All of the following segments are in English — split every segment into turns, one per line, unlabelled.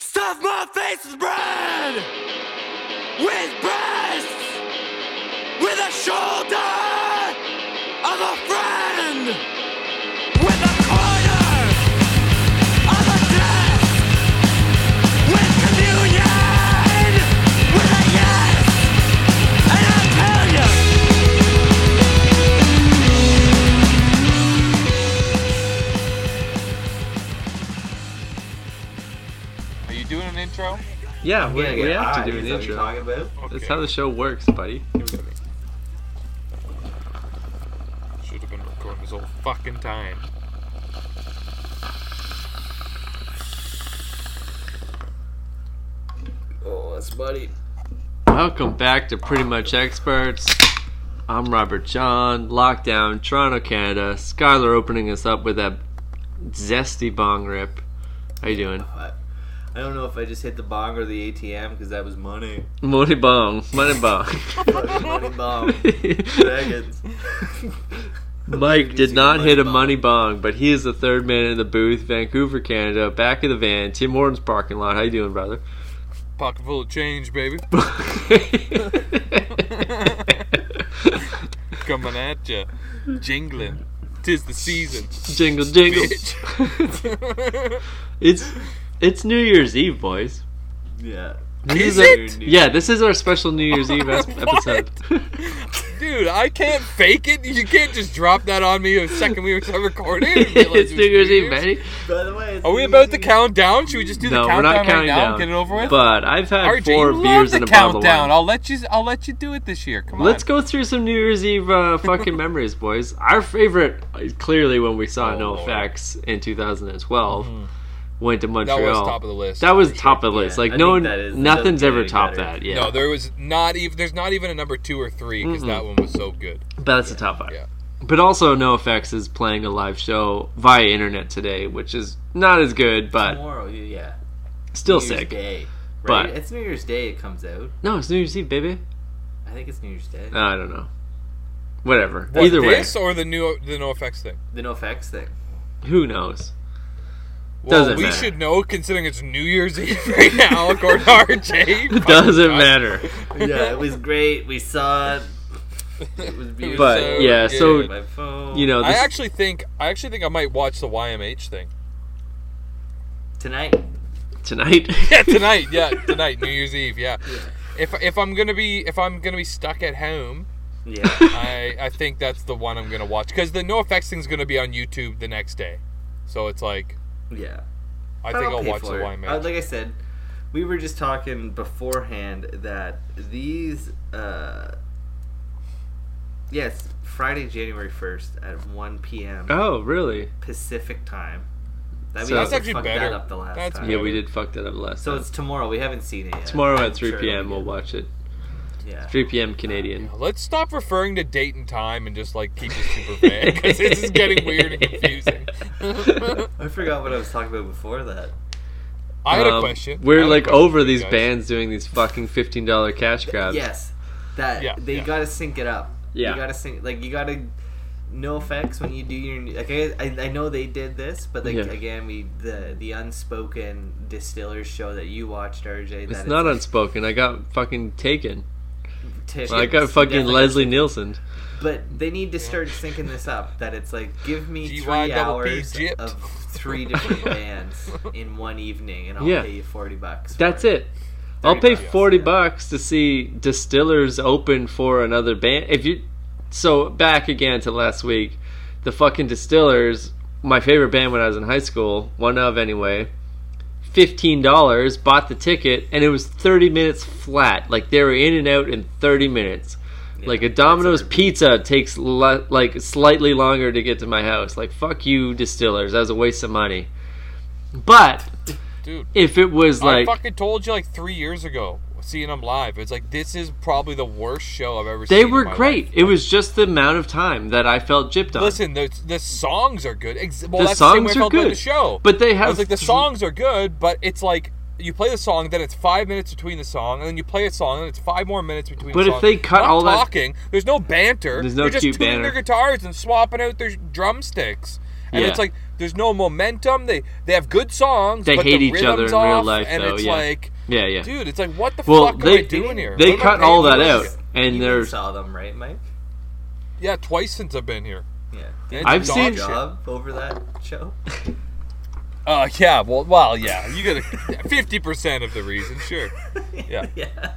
Stuff my face with bread! With breasts! With a shoulder of a friend! With a corner of a dress! With communion! With a yes! And I'll tell you!
Are you doing an intro?
Yeah, we,
Gonna
we
get
have
high,
to do an
Ah, is that what you're
intro.
talking about?
That's how the show works, buddy.
Should have been recording this whole fucking time.
Oh, that's buddy.
Welcome back to Pretty Much Experts. I'm Robert John, Lockdown, Toronto, Canada. Skylar opening us up with that zesty bong rip. How you doing?
I, I don't know if I just hit the bong or the ATM because that was money.
Money bong, money bong.
money bong. Seconds.
Mike did
Using
not
money
hit a
bong.
money bong, but he is the third man in the booth, Vancouver, Canada, back of the van, Tim Horton's parking lot. How you doing, brother?
Pocket full of change, baby. Coming at ya. Jingling. Tis the season.
jingle, jingle.
Bitch.
It's it's New Year's Eve, boys.
yeah.
Is
our-
it?
Yeah, this is our special New Year's Eve es- episode.
Dude, I can't fake it. You can't just drop that on me the second we were recording. I didn't realize
it's
it was
New Year's Eve,
Year's.
baby.
By the way, it's
Are we
New
about to
Year's Eve.
count down? Should we just do
No,
the
we're
countdown
not counting
right now
down.
and get it over with?
But I've had
RJ,
four
you
beers
love
and
the
a bottle of
countdown. Oh
wine.
I'll let you. I'll let you do it this year. Come on.
Let's go through some New Year's Eve uh, fucking memories, boys. Our favorite, uh, clearly, when we saw
Oh,
No
Lord. Mm-hmm.
Effects in 2012, went to
That
Montreal.
was top of the list.
That was top of the list.
Yeah,
like
I
no,
think
one,
that is- that
nothing's
doesn't get
ever
any
topped
better.
that. Yeah,
No, there was not even. There's not even a number two or three because that one was so good.
but that's the top five.
yeah.
But also, NoFX is playing a live show via internet today, which is not as good, but
Tomorrow, yeah. yeah.
still
New Year's
sick.
Day,
But-
right? it's New Year's Day. It comes out.
No, it's New Year's Eve, baby.
I think it's New Year's Day.
Uh, I don't know. Whatever.
What,
Either way,
this or the new the no effects thing.
the no facts thing.
who knows?
Well,
Doesn't
we
matter.
should know considering it's New Year's Eve right now, according to RJ. Fucking
Doesn't
God.
matter.
yeah, it was great. We saw it. It was beautiful.
But
So
yeah, so
good.
my phone.
you know,
I
this,
actually think I actually think I might watch the YMH thing.
tonight.
tonight.
Yeah, tonight. Yeah, tonight, New Year's Eve. Yeah. If if I'm gonna be if I'm gonna be stuck at home,
Yeah.
I I think that's the one I'm gonna watch because the no effects thing's gonna be on YouTube the next day, so it's like
Yeah.
I think I'll
pay
watch the
for it.
YMH.
Uh, like I said, we were just talking beforehand that these, uh, yes, Friday, January first at one p.m.
oh, really?
Pacific time. That we
So-
also
That's
actually
fucked
better.
That up the last
That's
time.
Yeah, we did fuck that up last.
So
time.
it's tomorrow. We haven't seen it yet.
tomorrow
I'm
at 3
sure it'll
p.m.
be
We'll
good.
watch it.
Yeah.
3 p.m. Canadian.
Let's stop referring to date and time and just like keep it super vague because this is getting weird and confusing.
I forgot what I was talking about before that.
I had a
Um,
question. I
We're
had a
like
question for
over
you
these
guys.
bands doing these fucking fifteen dollar cash grabs.
Yes, that
Yeah,
they
yeah.
gotta sync it up.
Yeah.
you gotta sync like you gotta no effects when you do your like I, I, I know they did this, but like
Yeah.
again we the the unspoken distillers show that you watched RJ.
It's
that
not unspoken. I got fucking taken.
Tish-
I got fucking
definitely-
Leslie Nielsen.
But they need to start syncing this up. That it's like give me
GY
three
double P
hours
gypped.
of three different bands in one evening, and I'll
Yeah.
pay you forty bucks. for
That's it. I'll pay
bucks,
forty
yeah.
bucks to see Distillers open for another band. If you, so back again to last week, the fucking Distillers, my favorite band when I was in high school, one of anyway. Fifteen dollars, bought the ticket, and it was thirty minutes flat. Like they were in and out in thirty minutes. like a
that's
Domino's
everything.
pizza takes lo- like slightly longer to get to my house. Like fuck you, Distillers, that was a waste of money. But
Dude,
if it was like
I fucking told you like three years ago, seeing them live. It's like this is probably the worst show I've ever seen.
They
in
were
my
great.
life.
It was just the amount of time that I felt gypped on.
Listen, the the songs are good. Ex- well,
The
that's the same way
songs
I
are
felt about the
good,
show.
but they
I
have
was like the songs are good, but it's like you play the song, then it's five minutes between the song, and then you play a song, and it's five more minutes between.
But
the
if
song.
they cut
Not
all that-
talking, there's no banter.
There's no
They're just
cute
tuning
banter.
their guitars and swapping out their drumsticks, and
Yeah.
it's like There's no momentum. They they have good songs.
They
but
hate
the
each other
rhythm's
in real
off,
life,
and
though,
It's
yeah.
like,
Yeah, yeah.
dude, it's like what the
well,
fuck
they
are we doing here?
they
What am I
cut
paying
all
for
that out,
this?
and
You
they're
saw them, right, Mike?
Yeah, twice since I've been here.
Yeah.
It's
I've
dog
seen-
shit.
job over that show.
Uh, yeah. Well, well, yeah. You get fifty percent of the reason, sure. Yeah.
yeah.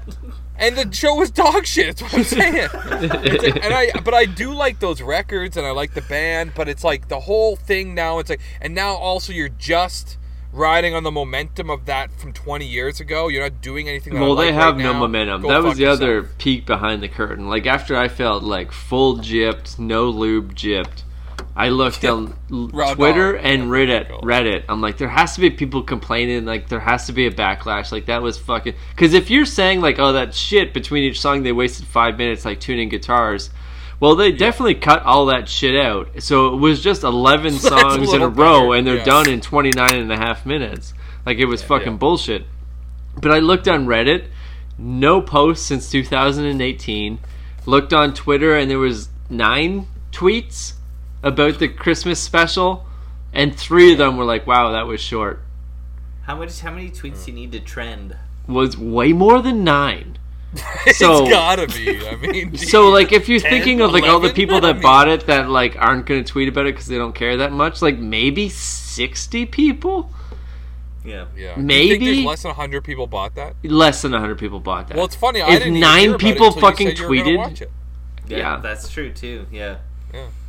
And the show was dog shit. That's what I'm saying. It's like- and I, but I do like those records, and I like the band. But it's like the whole thing now. It's like, and now also you're just riding on the momentum of that from 20 years ago. You're not doing anything. That I
well,
like
they have
right
no
now.
momentum.
Go
that was
fuck
the other
yourself.
peek behind the curtain. Like after I felt like full gypped, no lube gypped, I looked on l-
Raw
Twitter
dog.
and
Yeah,
Reddit.
cool.
Reddit. I'm like, there has to be people complaining. Like there has to be a backlash. Like that was fucking. Because if you're saying like, oh, that shit between each song, they wasted five minutes like tuning guitars. Well, they definitely cut all that shit out. So it was just 11
That's a
songs in a
little
row,
better,
and they're
yeah.
done in 29 and a half minutes. Like it was fucking
yeah.
bullshit. But I looked on Reddit, no posts since 2018. Looked on Twitter, and there was nine tweets about the Christmas special, and three of them were like, "Wow, that was short."
How much? How many tweets do you need to trend?
Was way more than nine. So
it's gotta be. I mean,
Oh. so like if you're thinking of like all the
11?
people
I
that
mean-
bought it that like aren't going to tweet about it because they don't care that much, like maybe 60 people,
Yeah.
yeah. You think
maybe-
there's less than 100 people bought that.
less than 100 people bought that.
Well, it's funny. I
If
didn't even
nine
hear about it
people
until you
fucking
said you were gonna
tweeted-
watch it.
yeah.
Yeah.
That's true too. Yeah.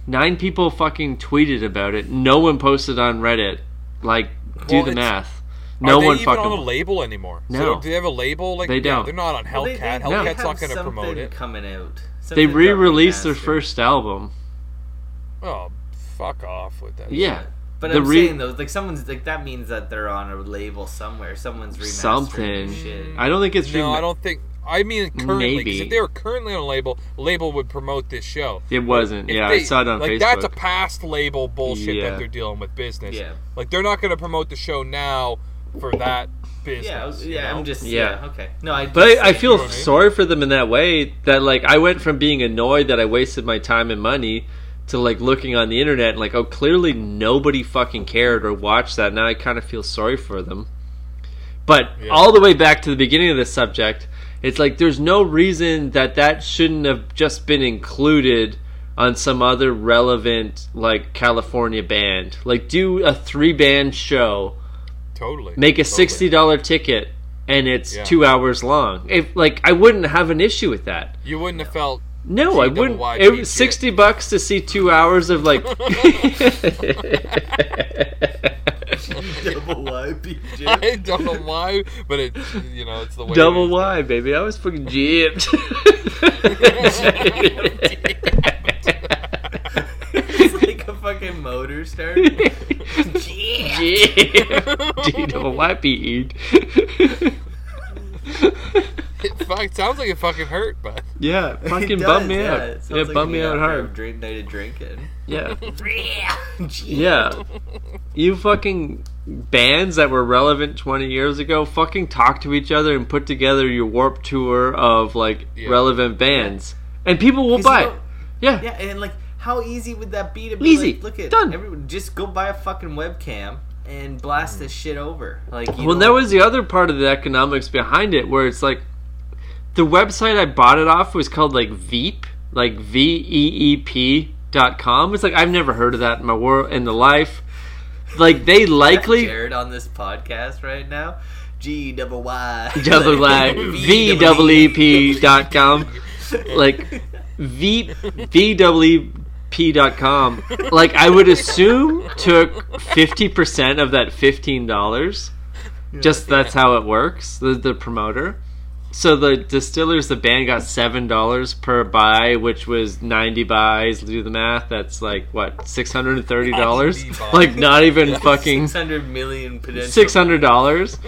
nine people fucking tweeted about it. No one posted on Reddit. Like, do
Well,
the
it's-
math. No
Are they
one
even
fucking.
on a label anymore?
No.
So do they have a label? Like
They
no,
don't.
they're not on
Well, they-
Hellcat.
they- they
Hellcat's not
have
going to promote
something
it.
coming out.
they
Something
re-released their
remastered.
first album.
Oh, fuck off with that.
Yeah,
But
The
I'm
re-
saying though, like someone's like that means that they're on a label somewhere. Someone's remastering
something.
shit.
I don't think it's.
No,
rem-
I don't think. I mean, currently, 'cause
Maybe.
if they were currently on a label, label would promote this show.
It wasn't.
If
Yeah, I
they-
saw it on
like,
Facebook.
That's a past label bullshit
Yeah.
that they're dealing with business.
Yeah.
Like they're not going to promote the show now for that business.
yeah, I was-
you
yeah.
know?
I'm just
Yeah.
yeah. Okay. No, I.
But
just-
I, I feel
know what I mean?
sorry for them in that way that like I went from being annoyed that I wasted my time and money to like looking on the internet and like oh clearly nobody fucking cared or watched that now I kind of feel sorry for them. But
Yeah.
all the way back to the beginning of this subject, it's like there's no reason that that shouldn't have just been included on some other relevant like California band. Like do a three band show
totally
make a
Totally.
sixty dollar ticket and it's
Yeah.
two hours long. If like I wouldn't have an issue with that.
You wouldn't have felt.
No, I wouldn't.
GWYG
It was
shit.
sixty bucks to see two hours of like.
double YPJ.
I don't know why, but it you know it's the way. it
Double
is.
Y, baby. I was fucking gypped.
it's like a fucking motor start.
Gypped. G double Y P E.
It fuck, sounds like it fucking hurt, but
Yeah, fucking
It
bum
does,
me
yeah.
out.
It sounds
Yeah,
like
bum
a
me out
after
hard.
a Drink night of drinking.
Yeah. yeah. You fucking bands that were relevant 20 years ago fucking talk to each other and put together your warp tour of like
Yeah.
relevant bands. And people will
Because
buy
you
it.
know-
Yeah.
Yeah, and like, how easy would that be to be
Easy.
like, look at
Done.
Everyone, just go buy a fucking webcam and blast this shit over. Like, you
Well,
know,
that was the other part of the economics behind it where it's like the website I bought it off was called like Veep, like V E E P dot com. It's like I've never heard of that in my world in the life. Like they likely
Jared on this podcast right now. G double Y.
double like v double e p dot com like v v double e p dot com like i would assume took 50% of that $15 just that's how it works the, the promoter so the distillers the band got $7 per buy which was 90 buys do the math that's like what
Ninety
$630
buys.
like not even fucking
Six hundred million potential.
six hundred dollars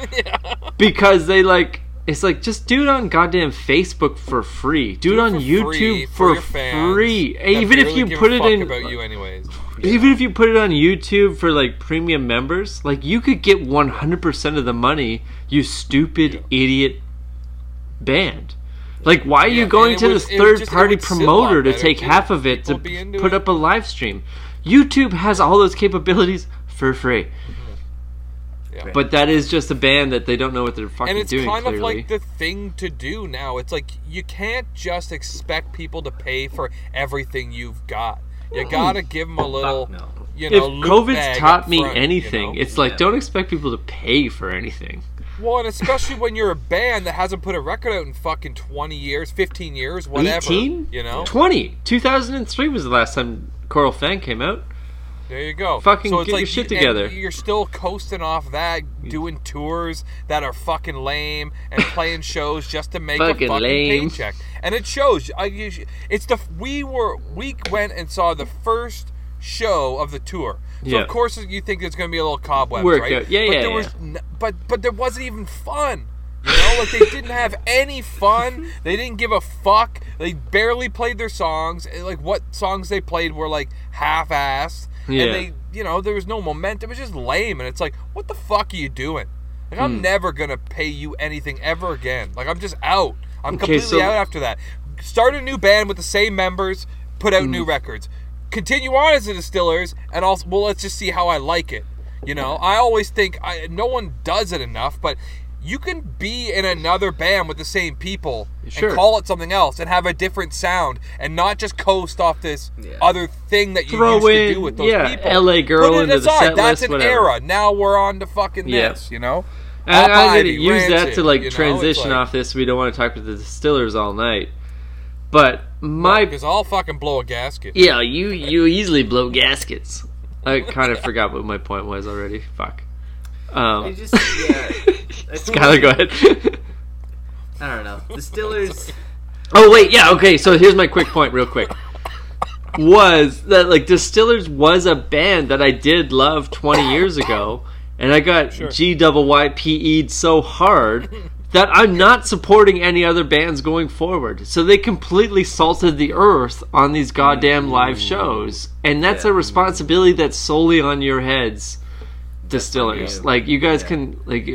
because they like it's like just do it on goddamn Facebook for free. Do, it on
for
YouTube
free, for
for
your fans
free.
that
Even if
barely
you
give
put
a
it
fuck
in,
about you anyways.
even if you put it on YouTube for like premium members, like you could get one hundred percent of the money. You stupid idiot band. Like, why are you
Yeah,
going
and it
to
would-
this
it would
third
just- it
party
would sit a lot
promoter to
better,
take
too.
half of it
People
to
would be into
put
it.
up a live stream? YouTube has all those capabilities for free.
Mm-hmm. Yeah.
But that is just a band that they don't know what they're fucking
and it's
doing.
kind of
clearly,
like the thing to do now. It's like you can't just expect people to pay for everything you've got. You gotta give them a little.
no.
You
if
know, loot bag
COVID's taught
up
me
front, you
anything,
know?
it's like
Yeah.
don't expect people to pay for anything.
Well, and especially when you're a band that hasn't put a record out in fucking 20 years, 15 years, whatever.
18?
You know?
20. 2003 was the last time Coral Fan came out.
There you go.
Fucking
so it's
get
like
your shit
and
together.
You're still coasting off that, doing tours that are fucking lame, and playing shows just to make
Fucking
a fucking
lame.
paycheck. And it shows. I, you sh- it's the we were we went and saw the first show of the tour. So
Yeah.
of course you think there's gonna be a little cobwebs,
Work
right?
out. Yeah,
but
yeah,
there
yeah.
Was n- but but there wasn't even fun. You know, like they didn't have any fun. They didn't give a fuck. They barely played their songs. And, Like what songs they played were like half-assed.
Yeah.
And they, you know, there was no momentum. It was just lame. And it's like, what the fuck are you doing? Like
Hmm.
I'm never gonna pay you anything ever again. Like I'm just out. I'm
Okay,
completely
so-
out after that. Start a new band with the same members. Put out
Mm.
new records. Continue on as the Distillers, and also, well, let's just see how I like it. You know, I always think I, no one does it enough, but you can be in another band with the same people
Sure.
and call it something else and have a different sound and not just coast off this
Yeah.
other thing that you
Throw
used to
in,
do with those
yeah,
people.
LA Girl
Put it
into the
aside.
set
That's
list,
an
whatever.
era. Now we're on to fucking
Yeah.
this, you know?
And
Pop
I'm gonna
Ivy,
use that
Rancid,
to like
you know, it's
transition
like-
off this. We don't want to talk to the distillers all night. But my
Because I'll fucking blow a gasket.
Yeah, you you easily blow gaskets. I kind of forgot what my point was already. Fuck.
They
Um,
just, yeah. I think-
Skylar, go ahead.
I don't know. The Stillers.
oh wait, yeah, okay. So here's my quick point, real quick. Was that like Distillers was a band that I did love 20 years ago, and I got G double Y P E'd so hard that I'm not supporting any other bands going forward. So they completely salted the earth on these goddamn live shows, and that's a responsibility that's solely on your heads, Distillers.
you.
Like you guys can like,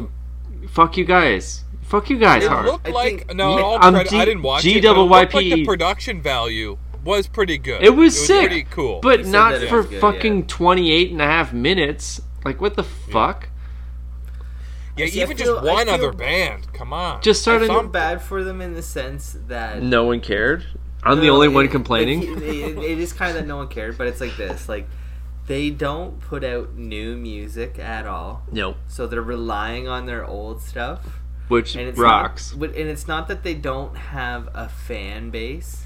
fuck you guys, fuck you guys
It
hard.
looked
I
like
think-
no. in all
I'm
credit,
G-
I didn't watch it. but it looked like
GYYPE.
the production value was pretty good.
It was, sick,
Pretty cool.
but
said
not
that it
for
was good,
fucking
yeah.
28 and a half minutes. Like, what the fuck?
yeah,
See, I
even
feel-
just
I
one
feel-
other band. Come on.
Just
I
started.
feel bad for them in the sense that
No one cared. I'm the
No,
only
it-
one
like,
complaining.
it, it- it is kind of that no one cared, but it's like this: like they don't put out new music at all,
No,
so they're relying on their old stuff.
which
And it's
rocks.
Not, but- and it's not that they don't have a fan base,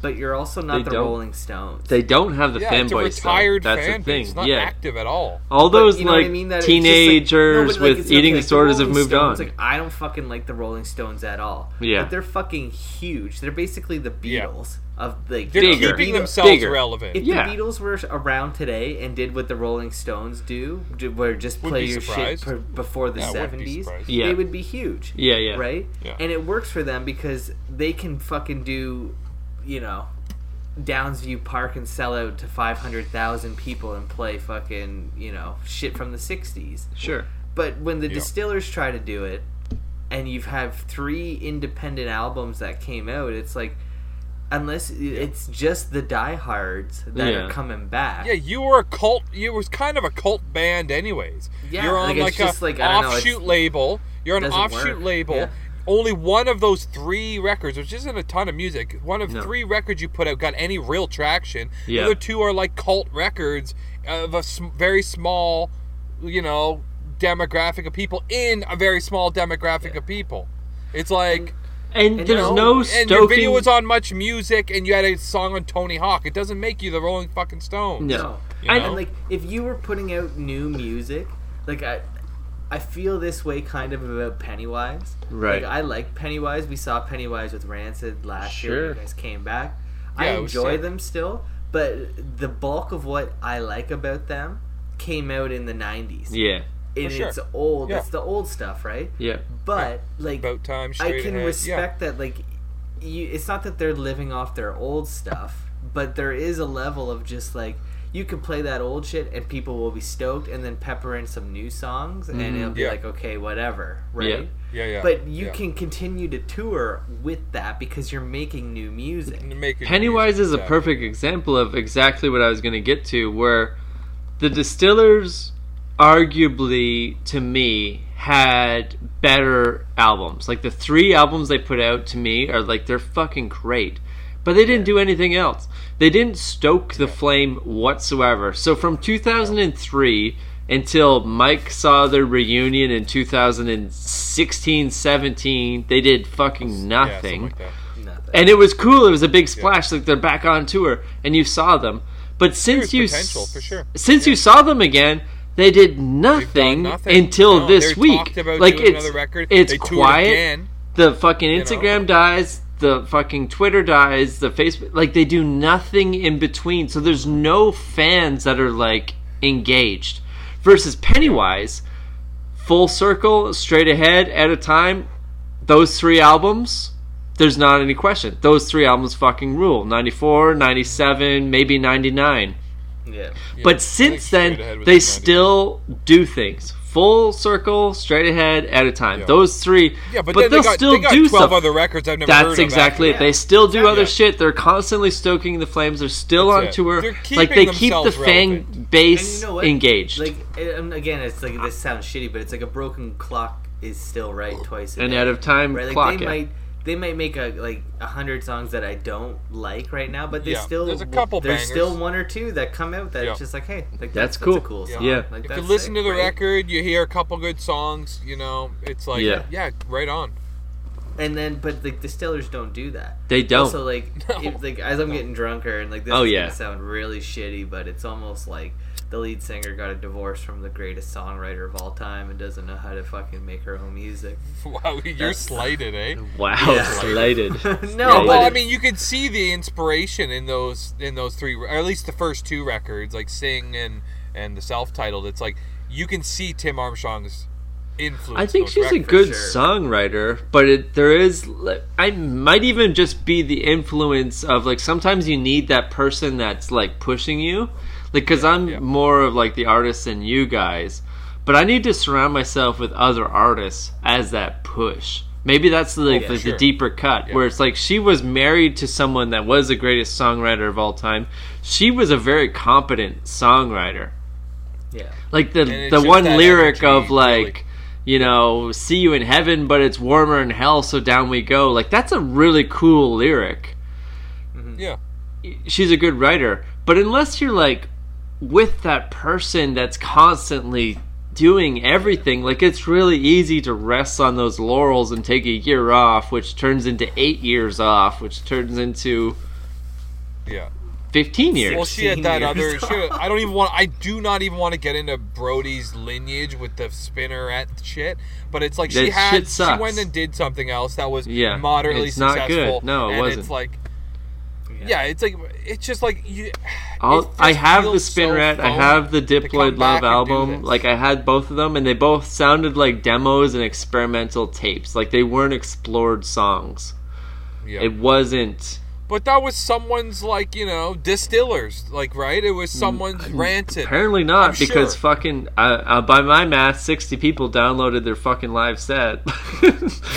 but you're also not
They
the
don't.
Rolling Stones.
they don't have the
yeah, it's a
fanboys. though.
retired
That's
fan
the thing.
base. Not
yeah,
active at all.
all
But
those
you know what
like
I mean? That it's just, like- no,
teenagers
but, like,
with
it's
eating
okay, like, the
disorders have
Rolling
moved
Stones,
on.
Like I don't fucking like the Rolling Stones at all.
Yeah.
but they're fucking huge. They're basically the
Yeah.
Beatles of like
They're
Bigger.
keeping
Beatles-
themselves
Bigger.
relevant.
If
Yeah.
the Beatles were around today and did what the Rolling Stones do, do- where just
Wouldn't
play
be
your
surprised.
shit per, before the
Yeah, I wouldn't be
seventies,
surprised.
Yeah.
they would be huge.
yeah, yeah.
Right?
Yeah.
And it works for them because they can fucking do, you know, Downsview Park and sell out to five hundred thousand people and play fucking, you know, shit from the sixties.
Sure.
But when the
Yeah.
distillers try to do it, and you've have three independent albums that came out, it's like, unless it's just the diehards that
Yeah.
are coming back.
yeah, you were a cult. You was kind of a cult band, anyways.
Yeah,
you're on
like, it's
like,
just
a
like, I don't know,
offshoot
it's-
label. You're an
doesn't
offshoot
work,
label.
yeah.
Only one of those three records, which isn't a ton of music, one of
No.
three records you put out got any real traction.
Yeah.
The other two are like cult records of a sm- very small, you know, demographic of people in a very small demographic of people. It's like
And, there's
no-
no
and your
stoking.
video was on much music, and you had a song on Tony Hawk. It doesn't make you the Rolling fucking Stones.
no.
You
I-
know?
And like, if you were putting out new music, like I, I feel this way kind of about Pennywise.
Right.
Like I like Pennywise. We saw Pennywise with Rancid last year.
Sure.
When you guys came back. I
Yeah, it was
enjoy
sick.
them still, but the bulk of what I like about them came out in the '90s.
Yeah.
and
For sure.
it's old.
Yeah.
It's the old stuff, right?
Yeah.
But like,
About time
I
straight
can
ahead.
respect that. Like, you, it's not that they're living off their old stuff, but there is a level of just like you can play that old shit and people will be stoked, and then pepper in some new songs, and it'll
Mm-hmm.
be
Yeah.
like, okay, whatever, right?
Yeah, yeah. yeah
But you
yeah.
can continue to tour with that because you're making new music.
And make it
Pennywise
easy,
is a
yeah.
perfect example of exactly what I was going to get to, where the distillers arguably to me had better albums. Like the three albums they put out to me are like they're fucking great. But they didn't do anything else. They didn't stoke the flame whatsoever. So from 2003 until Mike saw their reunion in 2016 17, they did fucking
Yeah,
nothing.
something like that.
Nothing.
and it was cool. It was a big splash. Like they're back on tour, and you saw them. But since
There's
you
potential, for sure.
since you saw them again, they did nothing,
nothing.
until
No,
this
they
week.
talked about
like
doing
it's
another record.
it's
They toured
quiet.
again.
The fucking
know?
Instagram dies. The fucking Twitter dies. The Facebook like they do nothing in between. So there's no fans that are like engaged. Versus Pennywise, full circle, straight ahead at a time. Those three albums there's not any question. Those three albums fucking rule. 94, 97, maybe 99.
yeah.
but since
straight ahead
then,
was
they
99.
still do things. Full circle, straight ahead at a time.
Yeah.
Those three.
Yeah, but,
they'll
then they got,
still
they got
do
12
stuff.
other records I've never heard of.
That's
after
exactly it.
that.
They still do other
Yeah.
shit. They're constantly stoking the flames. They're still on
it.
tour.
They're keeping
Like they keep the
themselves
fan
relevant.
And
base
you know what?
engaged.
Like and again, it's like this sounds shitty, but it's like a broken clock is still right twice. A
and
day.
out of time
right? Like
clock.
they
it.
might they might make a like a hundred songs that I don't like right now, but they
Yeah,
still
there's a couple
There's
bangers.
still one or two that come out that
Yeah.
it's just like, hey,
That's
like that's,
cool.
That's a cool song.
Yeah.
Like,
If you
that's
listen to
sick,
the
right?
record, you hear a couple good songs, you know, it's like,
Yeah.
yeah, right on.
and then but like distillers don't do that.
They don't.
Also, like, if, like as I'm getting drunker and like this
Oh,
is
yeah.
gonna sound really shitty, but it's almost like the lead singer got a divorce from the greatest songwriter of all time and doesn't know how to fucking make her own music.
Wow, you're
That's-
slighted, eh?
wow,
Yeah.
slated.
no,
Yeah,
Well, I
it's-
mean, you could see the inspiration in those in those three, or at least the first two records, like "Sing" and and the self-titled. It's like you can see Tim Armstrong's influence.
I think
those
she's a
records.
good
sure.
songwriter, but it, there is. like, I might even just be the influence of like sometimes you need that person that's like pushing you, like because I'm
yeah.
more of like the artist than you guys, but I need to surround myself with other artists as that push. Maybe that's like,
yeah,
like the
Oh, sure.
deeper cut where it's like she was married to someone that was the greatest songwriter of all time. She was a very competent songwriter
yeah.
like the
it's
the
just
one
that
lyric
energy,
of like
really.
you know see you in heaven but it's warmer in hell so down we go like that's a really cool lyric
Yeah,
she's a good writer but unless you're like with that person that's constantly doing everything like it's really easy to rest on those laurels and take a year off which turns into 8 years off which turns into
yeah.
15 years
Well, she had
16
that
years
other. She had, I don't even want. I do not even want to get into Brody's lineage with the spinneret shit. But it's like she
That
had.
shit
She
sucks.
went and did something else that was
Yeah,
moderately
it's not good.
successful.
No, it
and
wasn't.
It's like. Yeah, it's like it's just like you.
I'll,
it just
I have the
feels so
Spinrad, I
phony
have the
to come
Diploid Love
back and do
album.
this.
Like I had both of them, and they both sounded like demos and experimental tapes. Like they weren't explored songs.
Yeah.
It wasn't.
But that was someone's like you know distillers like right. It was someone's ranted.
Mm, Apparently not,
I'm sure.
because fucking uh, uh, by my math, sixty people downloaded their fucking live set.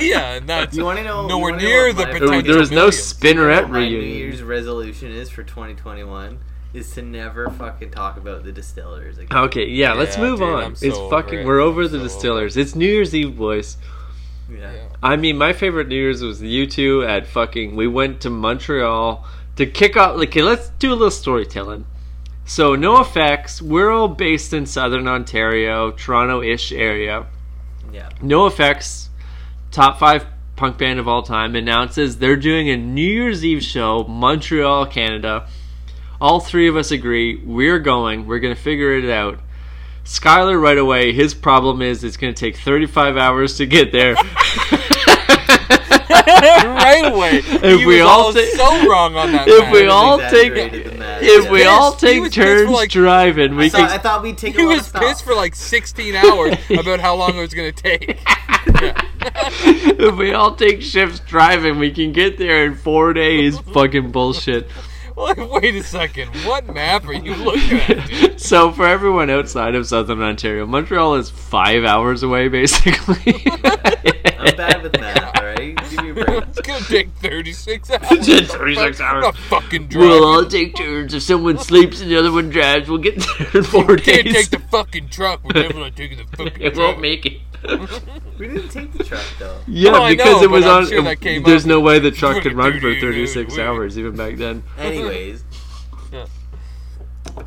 yeah, and that's
You wanna know- you
nowhere
wanna know
near
what
the
my-
potential.
there, there was no
millions.
Spinrad
My New
reunion.
Year's resolution is for 2021 is to never fucking talk about the distillers again.
Okay, yeah, let's
Yeah,
move
dude,
on.
I'm so
it's
over
fucking.
it.
We're
I'm
over the
so over it.
distillers. It's New Year's Eve, boys.
Yeah.
Yeah.
I mean, my favorite New Year's was you two at fucking. We went to Montreal to kick off. like, Okay, let's do a little storytelling. So, no effects. We're all based in Southern Ontario, Toronto-ish area.
Yeah.
No Effects, top five punk band of all time, announces they're doing a New Year's Eve show, Montreal, Canada. All three of us agree we're going. We're gonna figure it out. Skylar right away. His problem is it's gonna take 35 hours to get there.
right away.
If
he
we
was
all
all
take-
so wrong on that.
if
matter.
we all take
Exaggerated the math.
if we
Pissed.
all
He
take
was pissed for,
turns
like-
driving, we
I thought,
can.
I thought we'd take a
he
lot of
was
stops.
pissed for like 16 hours about how long it was going to take.
if we all take shifts driving, we can get there in four days. Fucking bullshit.
Like, wait a second, what map are you looking at, dude?
So for everyone outside of Southern Ontario, Montreal is five hours away, basically.
I'm bad with math, alright? Give me a
It's gonna take 36 hours.
take 36
I'm not fucking driving.
We'll all take turns. If someone sleeps and the other one drives, we'll get there in four
can't
days.
take the fucking truck. We're definitely taking the fucking
it
truck.
won't make it.
We didn't take the truck though.
Yeah,
Oh, I
because
know,
it was
but I'm
on.
sure that came
there's
up.
no way the truck could run for
30,
36
wait.
hours even back then.
Anyways,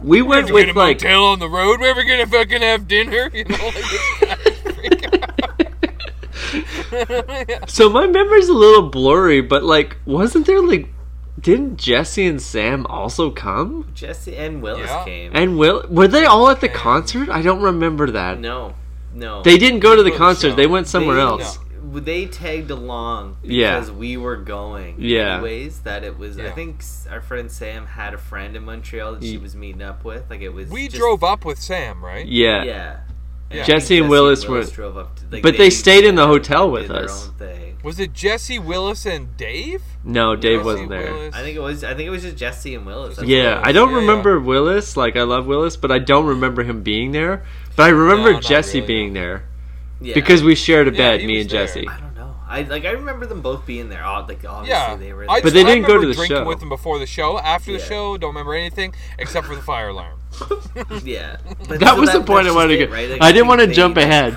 We went
We're gonna
with like
motel on the road. Where we're gonna fucking have dinner? You know, like
So my memory's a little blurry, but like, wasn't there like, didn't Jesse and Sam also come?
Jesse and Willis
Yeah.
came.
And Will, were they all at the concert? I don't remember that.
no, no.
They didn't go to the
No,
concert. They went somewhere
They-
else.
They tagged along because
Yeah.
we were going.
Yeah.
Anyways, that it was. I
Yeah.
think s- our friend Sam had a friend in Montreal that she
Ye-
was meeting up with. Like it was.
we
just-
drove up with Sam, right?
Yeah.
Yeah.
Yeah.
I think
Jesse and Willis were-
drove up. To, like,
but they stayed in the hotel with
did their
us.
own thing.
Was it Jesse Willis and Dave?
No, Dave
Jesse
wasn't there.
Willis.
I think it was. I think it was just Jesse and Willis. That's
Yeah,
what it
I don't
Yeah, yeah.
remember Willis. Like, I love Willis, but I don't remember him being there. But I remember
No, not
Jesse
really,
being there
was. Yeah.
because we shared a
Yeah,
bed,
he
me
was
and
there.
Jesse.
I don't know. I like. I remember them both being there. Oh, like obviously
Yeah,
they were.
I
there.
But
just-
they
I
didn't go
remember
to the
drinking
show.
with them before the show. After the
Yeah.
show, don't remember anything except for the fire alarm.
Yeah, But
That was the point I
that's
wanted to
just it,
get-
Like,
I didn't
think
wanna
they,
jump
like,
ahead.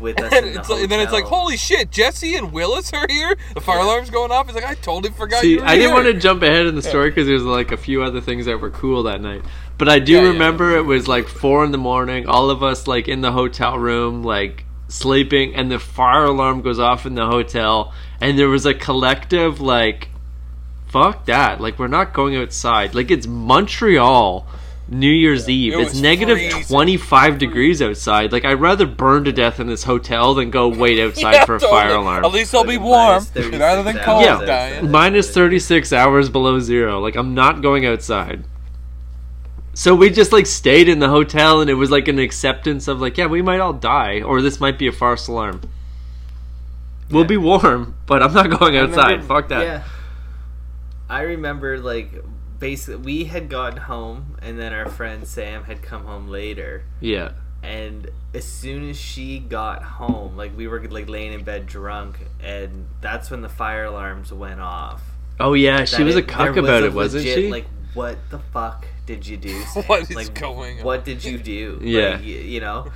with us,
And,
in the
it's like- and then it's like,
hotel.
holy shit, Jesse and Willis are here. The fire alarm's going off. It's like I totally forgot.
See,
you were
I didn't
here.
want to jump ahead in the story because there's like a few other things that were cool that night. But I do
Yeah, yeah.
remember it was like four in the morning, all of us like in the hotel room, like sleeping, and the fire alarm goes off in the hotel, and there was a collective like, "Fuck that!" Like we're not going outside. Like it's Montreal. New Year's Eve.
It
It's
was freezing.
negative 25 degrees outside. Like, I'd rather burn to death in this hotel than go wait outside
Yeah,
for a
totally.
fire alarm.
At least I'll be
Like,
warm
minus
rather than
36
cold.
hours
dying.
outside.
minus 36 hours below zero like i'm not going outside so we just like stayed in the hotel and it was like an acceptance of like yeah we might all die or this might be a false alarm we'll be warm but i'm not going
I
outside
remember-
fuck that
Yeah. I remember like basically we had gotten home, and then our friend Sam had come home later.
yeah
and as soon as she got home like we were like laying in bed drunk and that's when the fire alarms went off
oh yeah she
That
was a
there
cuck
was
about
a
it wasn't
legit,
she
like what the fuck did you do Sam?
What is
like,
going on?
what did you do Like,
Yeah.
y- you know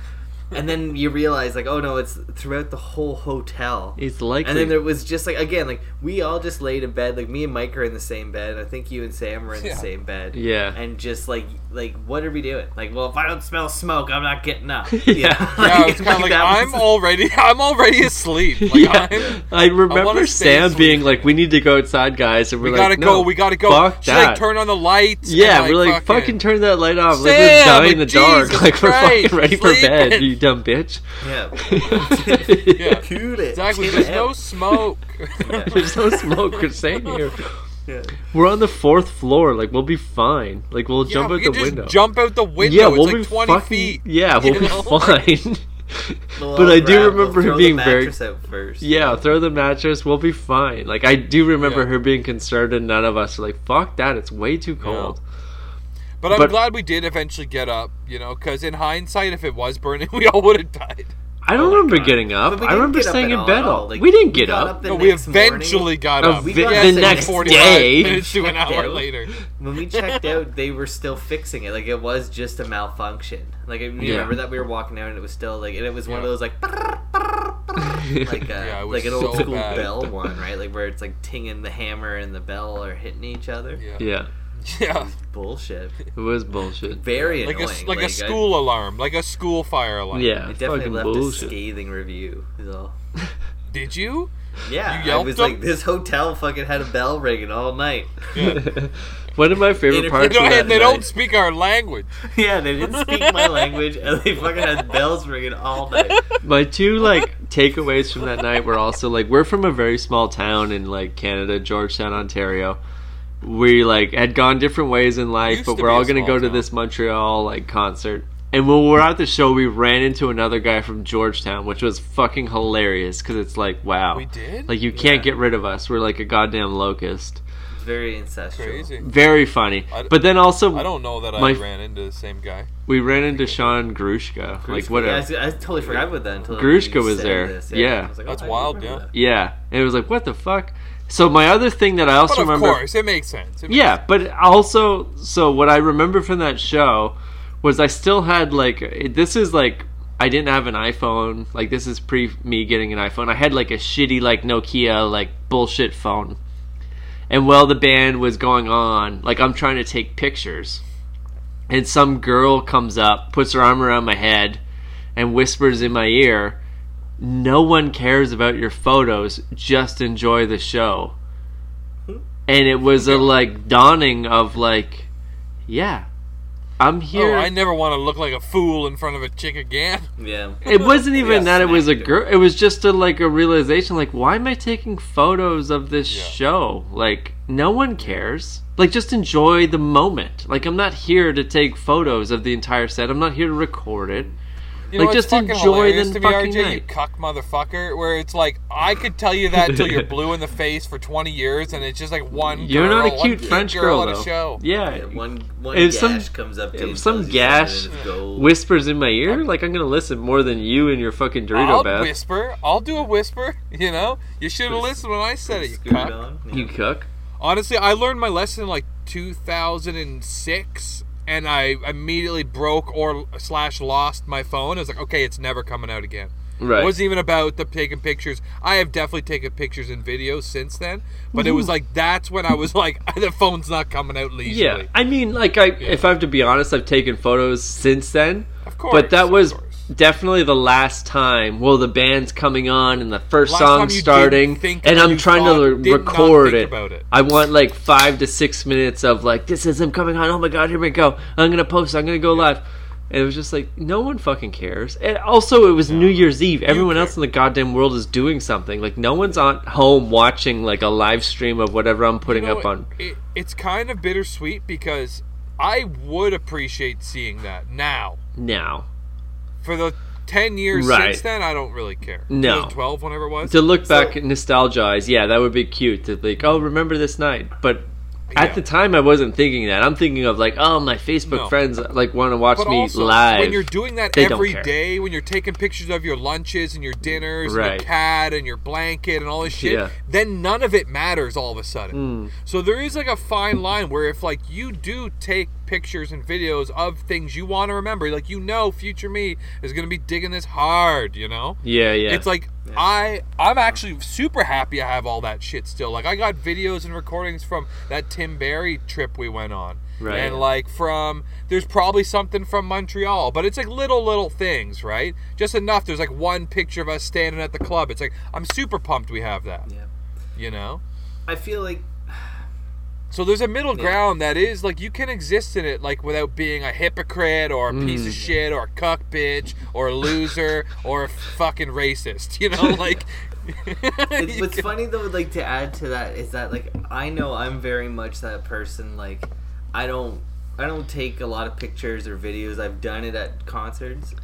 and then you realize like oh no it's throughout the whole hotel
it's likely
and then there was just like again like we all just laid in bed like me and Mike are in the same bed. I think you and Sam were in
Yeah.
the same bed.
Yeah.
And just like like what are we doing? Like well if I don't smell smoke I'm not getting up.
Yeah.
Yeah, it's kind of like,
that
I'm
was-
already, I'm already asleep. Like
yeah,
I'm,
I remember
wanna stay
Sam
asleep.
being like, "We need to go outside, guys." And we're
we
like,
gotta
"No,
go, we gotta go.
Fuck
she
that.
like turn on the lights. and,
Yeah, we're like, fucking, turn that light off. like, we're
Sam,
dying in the
like,
dark.
Jesus
Like, we're fucking
Christ,
ready for bed,
sleeping.
you dumb bitch.
Yeah.
Yeah.
Cool it.
Exactly.
Chill
There's no
out.
smoke.
There's no smoke. We're staying here.
Yeah.
We're on the fourth floor. Like, we'll be fine. Like, we'll
Yeah,
jump
we
out
can
the
just
window.
Jump out the window.
yeah,
it's
we'll
like
be
20
fucking.
feet.
yeah,
you
we'll be
know?
fine.
We'll
but I do
grab- we'll
remember
throw
him
the
being very.
mattress out first.
Yeah, throw the mattress. We'll be fine. Like, I do remember
Yeah.
her being concerned, and none of us are like, fuck that. It's way too cold.
But I'm
But-
glad we did eventually get up, you know, because in hindsight, if it was burning, we all would have died.
I don't remember getting
But
up.
we
I
didn't
remember
get up
staying
at
in bed
all.
all.
Like,
we didn't
we
get
got
up.
up the
No, we
next morning-
eventually got
Oh,
up.
we
Yeah,
got
it's
the
like
next
45
day.
minutes to an
Checked
hour
out.
later.
When we checked out, they were still fixing it. Like it was just a malfunction. Like I
Yeah.
remember that we were walking out and it was still like, and it was one of
Yeah.
those like, like uh, a,
Yeah, it was
like an old
so
school
bad.
bell one, right? Like where it's like tinging the hammer and the bell are hitting each other.
Yeah.
yeah,
Yeah.
Bullshit.
it was bullshit.
Very
Like a,
annoying.
s- like
I-
a school alarm, like a school fire alarm.
Yeah,
I, definitely
fucking
left a
bullshit.
scathing review. Is all.
Did you?
Yeah,
You
I
yelped
was
them?
like, this hotel fucking had a bell ringing all night.
One of my
They
favorite
They,
parts of
don't,
that
they don't
night.
speak our language.
yeah, they didn't speak my language, and they fucking had bells ringing all night.
My two like takeaways from that night were also like we're from a very small town in like Canada, Georgetown, Ontario. We like had gone different ways in life,
Used
but
to
we're
be a
all gonna
small
go to
town.
this Montreal like concert. And when we were at the show, we ran into another guy from Georgetown, which was fucking hilarious because it's like, wow,
We did?
like you can't
Yeah.
get rid of us. We're like a goddamn locust.
very incestual.
Crazy.
Very funny.
I d-
But then also,
I don't know that I
uh, My-
ran into the same guy.
we ran into Sean Grushka. Like,
Yeah, I,
whatever.
s- I totally forgot about that until
Grushka
you
was
said
there.
this.
Yeah.
I was like, "Oh,
That's
I
wild,
remember
yeah.
Yeah.
that.
And it was like, what the fuck? So my other thing that I also
But of
remember.
course, it makes sense. It makes
Yeah, but also, so what I remember from that show was I still had like it- this is like I didn't have an iPhone. Like this is pre me getting an iPhone. I had like a shitty like Nokia like bullshit phone. And while the band was going on, like I'm trying to take pictures, and some girl comes up, puts her arm around my head, and whispers in my ear, "No one cares about your photos. Just enjoy the show." and it was a like dawning of like yeah i'm
Oh,
here
I never want to look like a fool in front of a chick again.
Yeah.
it wasn't even
Yeah,
that it was a
snapped it.
girl it was just a like a realization like why am i taking photos of this show like no one cares like just enjoy the moment like i'm not here to take photos of the entire set i'm not here to record it
You
Like,
know,
just
it's fucking
enjoy
hilarious
the
to me,
fucking
RJ,
night.
You cuck motherfucker. Where it's like I could tell you that until you're blue in the face for 20 years, and it's just like one.
you're
girl,
not a
one
cute french
girl,
girl,
on
though
a show.
yeah,
Yeah, One one
If
gash
some-
comes up to
if
you and
some
tells you
gash
something, it's gold.
whispers in my ear like i'm gonna listen more than you and your fucking dorito
I'll
bath
whisper. I'll do a whisper. You know, you should have listened when I said it. You
Scoot
cuck.
on. Yeah.
you cook
Honestly, I learned my lesson in like 2006, and I immediately broke or slash lost my phone. I was like, okay, it's never coming out again.
right
It wasn't even about the taking pictures. I have definitely taken pictures and videos since then, but it was like that's when I was like, the phone's not coming out leisurely.
Yeah, I mean, like, I if I have to be honest, I've taken photos since then,
of course.
but that
of
was
course.
definitely the last time. Well, the band's coming on and the first
Last time
song
you didn't
starting,
think
and
about-
I'm
you
trying
thought-
to
did not
record
think
it.
about it.
I want like five to six minutes of like, this is them coming on. Oh my god, here we go. I'm gonna post. I'm gonna go live. And it was just like no one fucking cares. And also, it was New Year's Eve. Everyone else in the goddamn world is doing something. Like no one's at home watching like a live stream of whatever I'm putting
You know,
up on.
It, it's kind of bittersweet because I would appreciate seeing that now.
Now,
For the 10 years
Right.
since then, I don't really care.
No.
12, whenever it was.
to look back and nostalgize yeah that would be cute to like oh remember this night but
Yeah.
at the time i wasn't thinking that i'm thinking of like oh my facebook
No.
friends like want to watch
But
me
also,
live
when you're doing that
They don't
every
care.
day, when you're taking pictures of your lunches and your dinners and
Right.
your cat and your blanket and all this shit,
Yeah. Hmm.
then none of it matters all of a sudden. So there is like a fine line where if like you do take pictures and videos of things you want to remember, like you know future me is going to be digging this hard, you know?
yeah yeah
It's like I I'm actually super happy I have all that shit still. Like I got videos and recordings from that Tim Barry trip we went on.
Right.
And like from there's probably something from Montreal, but it's like little little things, right? Just enough. There's like one picture of us standing at the club. It's like I'm super pumped we have that.
Yeah.
You know?
I feel like
So there's a middle ground that is like you can exist in it like without being a hypocrite or a
Mm.
piece of shit or a cuck bitch or a loser or a fucking racist. You know, like
it's, what's funny though like to add to that is that like i know i'm very much that person like i don't i don't take a lot of pictures or videos i've done it at concerts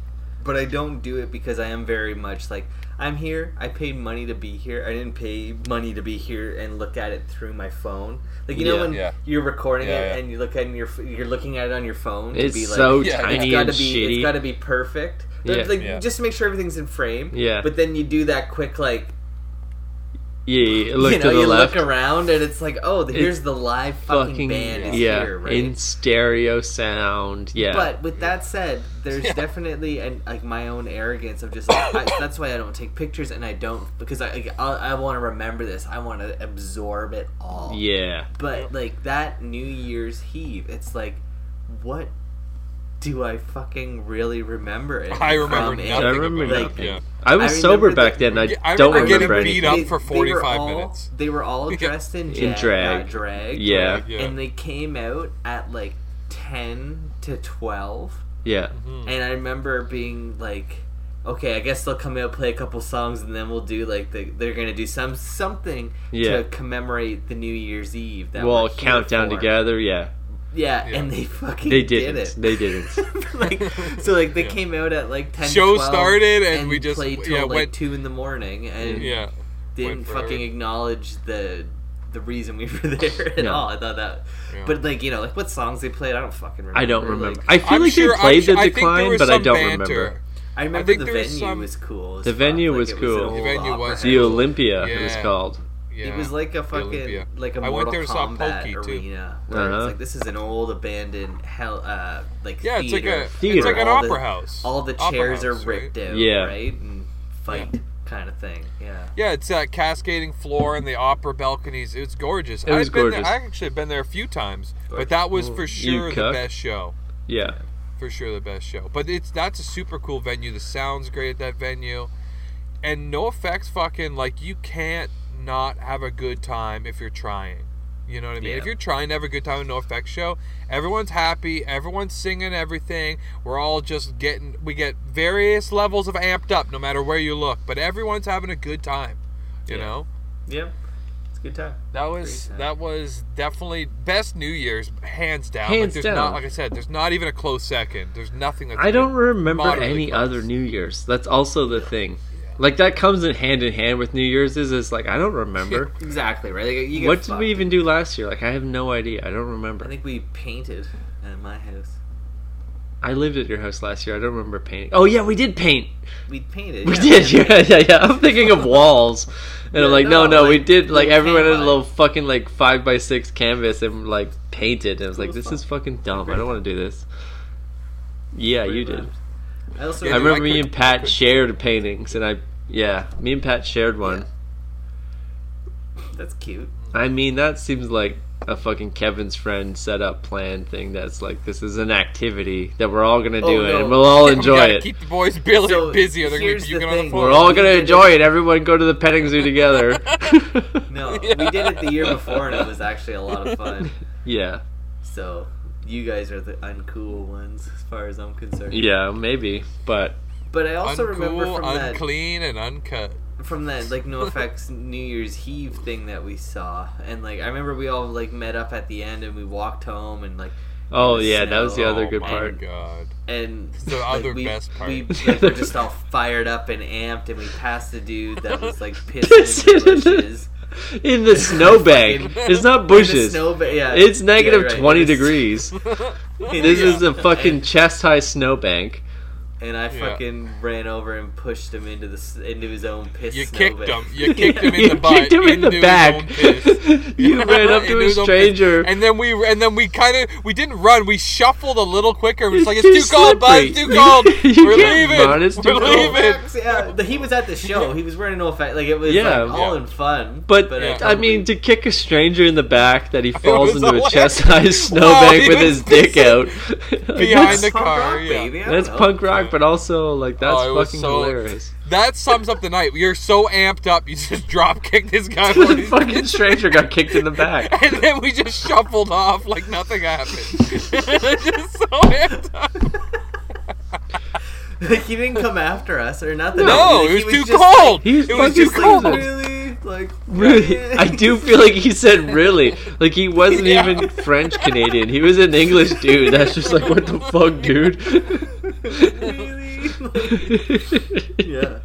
but i don't do it because i am very much like i'm here i paid money to be here i didn't pay money to be here and look at it through my phone like you know
Yeah.
when
Yeah.
you're recording
Yeah,
it
yeah.
and you look at it and you're, you're looking at it on your phone
It's
to be like
so
Yeah, it's
tiny
gotta
and
be,
shitty
It's got to be perfect.
Yeah.
Like,
Yeah.
Just to make sure everything's in frame.
Yeah.
But then you do that quick, like,
yeah, yeah, look
you know,
to the
you
left
look around and it's like, oh, here's the live fucking,
fucking
band is
yeah
here, right?
in stereo sound yeah
But with that said, there's definitely and like my own arrogance of just like, I, that's why I don't take pictures and I don't because I I, I want to remember this. I want to absorb it all.
yeah
But like that New Year's heave, it's like, what do I fucking really remember? It
I remember
from it?
nothing.
I
about
remember
it,
nothing.
Yeah.
i was
I
sober
remember
back
the-
then i,
Yeah, I
don't
remember getting
remember anything
beat up for
They- they were
45
all-
minutes.
They were all dressed in, ja-
drag.
uh, drag.
yeah
Yeah.
and they came out at like 10 to 12
yeah
Hmm.
and i remember being like okay i guess they'll come out play a couple songs and then we'll do like the, they're gonna do some something
Yeah.
to commemorate the new year's eve that
well
we're here
countdown
for.
together yeah
yeah,
Yeah.
and they fucking
they
did
didn't
it
they didn't
like so like they came out at like 10 to
Show
12
started and we just-
played till
yeah,
like
went-
2 in the morning and
yeah.
didn't
forever.
fucking acknowledge the the reason we were there at
No.
all. I thought that,
Yeah.
but like you know, like what songs they played, I don't fucking remember.
I don't
Like,
remember. I feel
I'm
like
sure,
they played
I'm,
the
su- I think there
decline,
was
but I
some
don't
banter.
remember.
I remember
think
the
there was
venue
some-
was cool. as
The
fuck.
venue
Like,
was
it
cool.
an
The
old
venue was
opera
The
cool.
house.
Olympia it was
Yeah.
called.
Yeah.
It was like a fucking
Olympia.
like a
I
Mortal
went there and saw
Kombat
Pokey, too.
arena. Where
Uh-huh.
It's like this is an old abandoned hell uh like
Yeah, it's like
theater.
a it's
Theater.
like an
All the-
opera house.
All the
Opera house,
chairs are
right?
ripped out,
Yeah.
right? And fight kind of thing. Yeah.
Yeah, it's that cascading floor and the opera balconies. It's gorgeous.
It was
I've been
gorgeous.
There, I actually have been there a few times, but
Gorgeous.
that was for sure the
cuck.
best show.
Yeah.
For sure the best show. But it's that's a super cool venue. The sound's great at that venue. And no effects fucking like you can't not have a good time if you're trying. You know what I mean?
Yeah.
If you're trying to have a good time at No Effects Show, everyone's happy, everyone's singing everything. We're all just getting, we get various levels of amped up no matter where you look, but everyone's having a good time. You
Yeah.
know?
Yeah. It's a good time.
That was
Great time.
that was definitely best New Year's hands down. like
Hands
there's
down.
not like I said, there's not even a close second. There's nothing that's
I don't remember
moderately
any
close.
other New Year's. That's also the thing. Like that comes in hand in hand with New Year's is it's like I don't remember.
Exactly, right? Like, you get
What did
fucked.
we even do last year? Like I have no idea. I don't
I
remember.
think we painted at my house.
I lived at your house last year. I don't remember painting. Oh yeah, we did paint.
We painted.
We
yeah.
did. Yeah, yeah, yeah. I'm thinking of walls, and I'm
Yeah,
like, no, no,
no,
we
like,
did. Like
little
everyone had a
canvas.
little fucking like five by six canvas and like painted. And I was like,
as
this
fuck.
is fucking dumb. I don't want to do this. Yeah, you did.
I also
Yeah,
I
dude,
remember
I
me
could-
and
I
Pat
could-
shared paintings, and I, yeah, me and Pat shared one.
that's cute.
I mean, that seems like a fucking Kevin's friend set up plan thing. That's like this is an activity that we're all gonna do
Oh,
it,
no.
and we'll all
We
enjoy
gotta
it.
Keep the boys Billy
So,
busy, or they're gonna be
here's the
puking on the
thing.
floor.
We're all
We
gonna
did
enjoy
it.
it. Everyone go to the petting zoo together.
No, we did it the year before, and it was actually a lot of fun.
Yeah.
So you guys are the uncool ones, as far as I'm concerned.
Yeah, maybe, but
But I also remember
Uncool,
from
unclean, and uncut.
that from that like No Effects New Year's Eve thing that we saw, and like I remember we all like met up at the end and we walked home and like.
oh
the
yeah, that was the
snow
other
oh
good
my
part.
God.
And
The other best part.
we like, were just all fired up and amped, and we passed a dude that was like
Pissing
pissing in
in
the
the-
bushes.
In the snowbank,
Fucking-
it's not
In the
bushes.
snow, ba- yeah,
It's
yeah,
negative
right,
twenty
it was-
degrees. This
Yeah.
is a fucking
And-
chest high snowbank.
and I
Yeah.
fucking ran over and pushed him into the s- into his own piss.
You
snow
kicked
bed.
him. You kicked him in
You
the butt.
kicked him in the
into his
back.
own piss.
You ran up to
Into
a
his own
stranger.
piss. and then we and then we kind of we didn't run. We shuffled a little quicker. It was
It's
like it's
too
too cold, bud. It's too
slippery.
cold.
You
We're
can't
leaving.
run, it's too
We're
cold.
leaving.
Yeah, the, he was at the show. He was wearing no effect. Like it was
Yeah.
like, all
Yeah.
in fun.
But
I
Yeah.
I
totally-
mean, to kick a stranger in the back that he falls
was
into a
hilarious.
chest high
Wow,
snowbank
he
with
was
his dick
pissing
out.
behind
that's,
the car.
Punk rock,
yeah.
baby, I
that's
don't know.
punk rock, but also like that's
Oh, it was
fucking
so-
hilarious.
That sums up the night. You're so amped up, you just drop kicked this guy. while
the
he's-
fucking stranger got kicked in the back.
and then we just shuffled off like nothing happened. just so amped up.
Like, he didn't come after us or nothing.
No,
Like,
it was,
he
too
just,
cold.
He was
it was
fucking
too
Like,
cold.
just, like, really, like
Really, I do feel like he said really. Like he wasn't
Yeah.
even French Canadian. He was an English dude. That's just like what the fuck, dude.
Really? Like, yeah.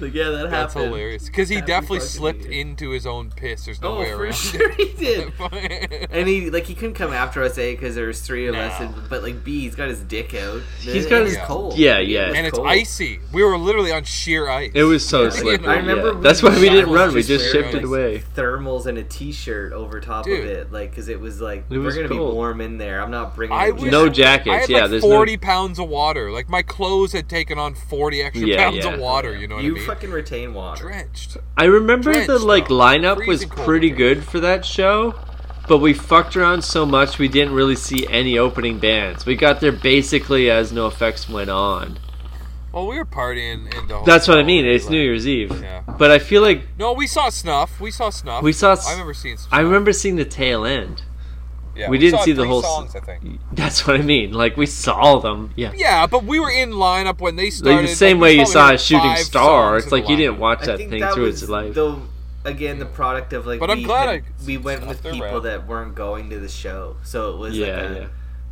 Like, yeah, that
That's
happened.
hilarious. Because he
That'd be
definitely
fucking
slipped
weird.
into his own piss. There's no
Oh,
way
for
around
sure he did.
it.
And he like he couldn't come after us a because there was three of us,
No.
and, but like b he's got his dick out.
He's
And
got
it
his-
was cold.
yeah, yeah.
and it's
cold.
icy. We were literally on sheer ice.
It was so
Yeah.
slippery.
I remember
yeah.
we
That's why we
shot
didn't
was
run. We
just
just
wearing,
shifted
like,
away.
thermals and a t-shirt over top
Dude.
of it, like because it was like
It
we're
was
gonna
cold.
be warm in there. I'm not bringing
I
a
was,
jacket."
No
I
jackets.
had
Yeah,
like
there's
40
no.
pounds of water. Like my clothes had taken on 40 extra
Yeah,
pounds
yeah.
of water. You know what
you
I mean?
fucking retain water.
Drenched.
I remember the
drenched,
like
though.
lineup was
Freezing cold
pretty
over there.
good for that show, but we fucked around so much we didn't really see any opening bands. We got there basically as No Effects went on.
Well, we were partying in the.
That's what I
hotel,
mean. It's
like-
New Year's Eve.
Yeah.
But I feel like
No, we saw snuff. We saw snuff.
We saw s-
I remember seeing. Snuff.
I remember seeing the tail end.
Yeah,
we didn't
saw
see the
three
whole s-
songs. I think.
That's what I mean. Like we saw them. Yeah.
Yeah, but we were in lineup when they started.
Like the same
we
way you
probably
saw
heard
a shooting
five
star.
songs
It's
in the
like you didn't
lineup.
watch
I
that
think
thing
that
through
was
its life.
the again the product of like
But I'm
we,
glad
had-
I
we went
stopped
with
there,
people
Brad.
that weren't going to the show, so it was
yeah,
like a,
yeah.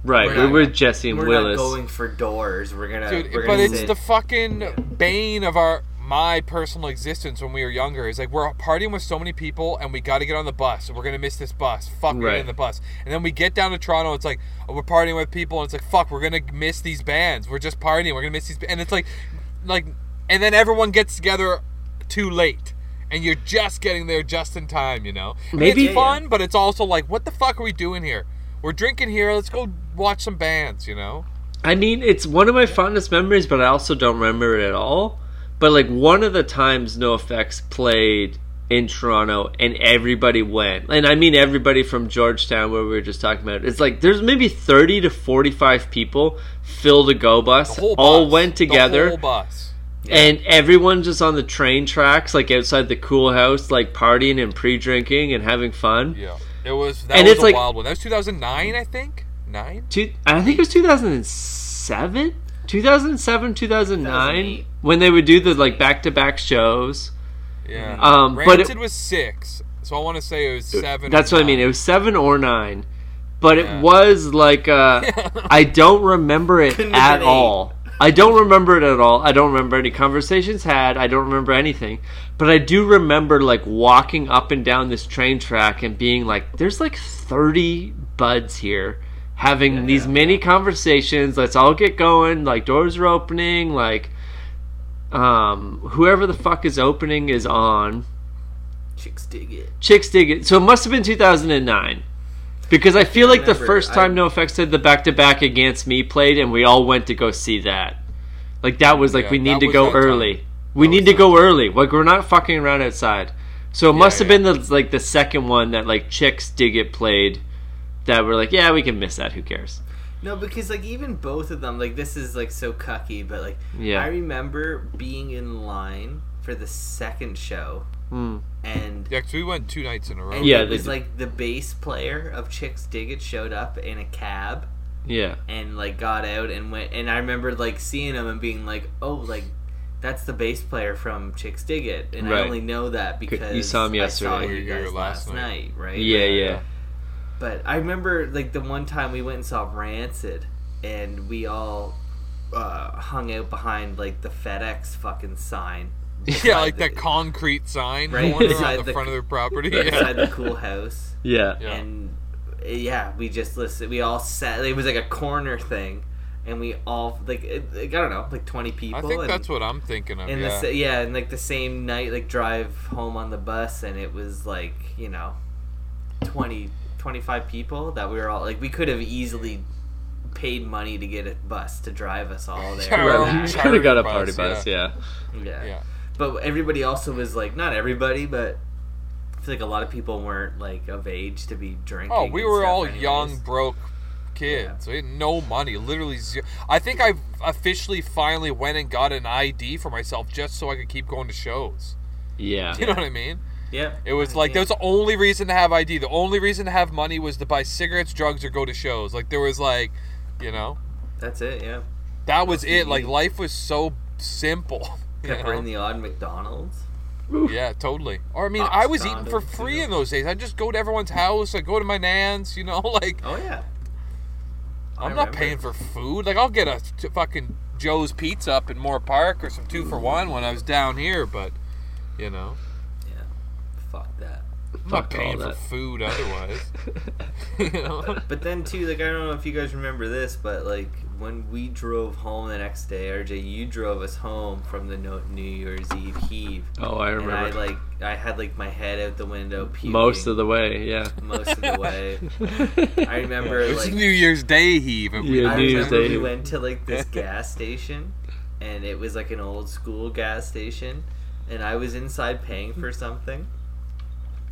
Right.
we're
We
not-
were Jesse and
we're
Willis.
not going for doors. We're gonna
Dude,
we're
but
gonna
it's
sit-
the fucking bane of our my personal existence when we were younger is like we're partying with so many people and we got to get on the bus. We're gonna miss this bus. Fuck, we're
Right.
in the bus. And then we get down to Toronto. It's like oh, we're partying with people, and it's like fuck, we're gonna miss these bands. We're just partying. We're gonna miss these. ba-" And it's like, like, and then everyone gets together too late. And you're just getting there just in time, you know. I mean,
Maybe-
it's fun, but it's also like, what the fuck are we doing here? We're drinking here. Let's go watch some bands, you know.
I mean, it's one of my fondest memories, but I also don't remember it at all. But like one of the times No Effects played in Toronto and everybody went. And I mean everybody from Georgetown where we were just talking about. It's like there's maybe 30 to 45 people filled a go bus,
The whole
all
bus.
went
The
together
whole bus.
and everyone just on the train tracks like outside the cool house like partying and pre-drinking and having fun.
Yeah, it was. That
And
was
it's
a
like-
wild one. That was 2009, I think. Nine.
two, I think it was 2007, 2007, 2009
2008.
when they would do the like back-to-back shows.
Mm-hmm.
Yeah.
Um, but it-
Rancid was six, so I want to say it was seven.
That's
or
what I mean. It
nine.
was 7 or 9. But
Yeah.
it was like uh, I don't remember it
Couldn't have
at
been
all. I don't remember it at all. I don't remember any conversations had. I don't remember anything. But I do remember like walking up and down this train track and being like, there's like 30 buds here having these mini conversations. Let's all get going. Like doors are opening. Like um, whoever the fuck is opening is on.
Chicks dig it.
Chicks Dig It. So it must have been 2009. Because I feel like the
remember.
first
I-
time No Effects did the back to back against me played, and we all went to go see that. Like, that was like,
Yeah,
we
that
need to
was
go
that time.
early.
That was
We need to
that
go early. Like, we're not fucking around outside. So it must have
yeah.
been the, like the second one that like Chicks Dig It played that we're like, yeah, we can miss that. Who cares?
No, because like even both of them, like this is like so cucky, but like
Yeah.
I remember being in line for the second show,
Hmm.
and
Yeah, 'cause we went two nights in a row.
and
Yeah,
it
they
was
did.
like the bass player of Chicks Dig It showed up in a cab
Yeah.
and like got out and went, and I remember like seeing him and being like, oh, like that's the bass player from Chicks Dig It, and
Right.
I only know that because
you saw him
I saw
yesterday.
you
You were
guys
last
last night, right?
Yeah, yeah.
But I remember like the one time we went and saw Rancid, and we all uh, hung out behind like the FedEx fucking sign.
Yeah, like
Beside
that concrete sign
Right
going
beside
around the,
the-
front of their property.
the,
Yeah.
beside the cool house,
Yeah.
Yeah.
and uh, yeah, we just listened. We all sat. It was like a corner thing, and we all like, it, like I don't know, like twenty people.
I think
and,
that's what I'm thinking of.
and
yeah.
the sa- yeah, and like the same night, like drive home on the bus, and it was like you know, 20, 25 people that we were all like we could have easily paid money to get a bus to drive us all there.
Yeah,
and
well,
back.
Charter
Could have got a
Oh, bus,
party bus, yeah.
yeah.
yeah.
but everybody also was like not everybody, but I feel like a lot of people weren't like of age to be drinking.
Oh, we
and
were
stuff
all
anyways.
young, broke kids. We had no money, literally zero. I think I officially finally went and got an ID for myself just so I could keep going to shows.
Yeah.
You know what I mean?
Yeah,
It was like that was the only reason to have ID. The only reason to have money was to buy cigarettes, drugs, or go to shows. Like there was like, you know,
that's it. Yeah,
that was it. Like life was so simple. you
pepper
know?
in the odd McDonald's.
Yeah, totally. Or I mean, I was eating for
Oxnard,
free
too.
in those days. I'd just go to everyone's house. I'd go to my nan's. You know, like
Oh yeah, I
I'm not
remember.
paying for food. Like I'll get a t- fucking Joe's Pizza up in Moore Park or some two for one when I was down here. But you know,
yeah. Fuck that.
I'm
Fuck
not
all
paying for
that.
food otherwise. you know.
But then too, like I don't know if you guys remember this, but like when we drove home the next day, RJ, you drove us home from the no- New Year's Eve heave,
Oh, I
and I
remember.
like I had like my head out the window, puking
Most of the way, yeah.
most of the way. I remember
It was
like
New Year's Day heave. and we-
Yeah,
I
New Year's
remember
Day.
we went to like this gas station, and it was like an old school gas station, and I was inside paying for something,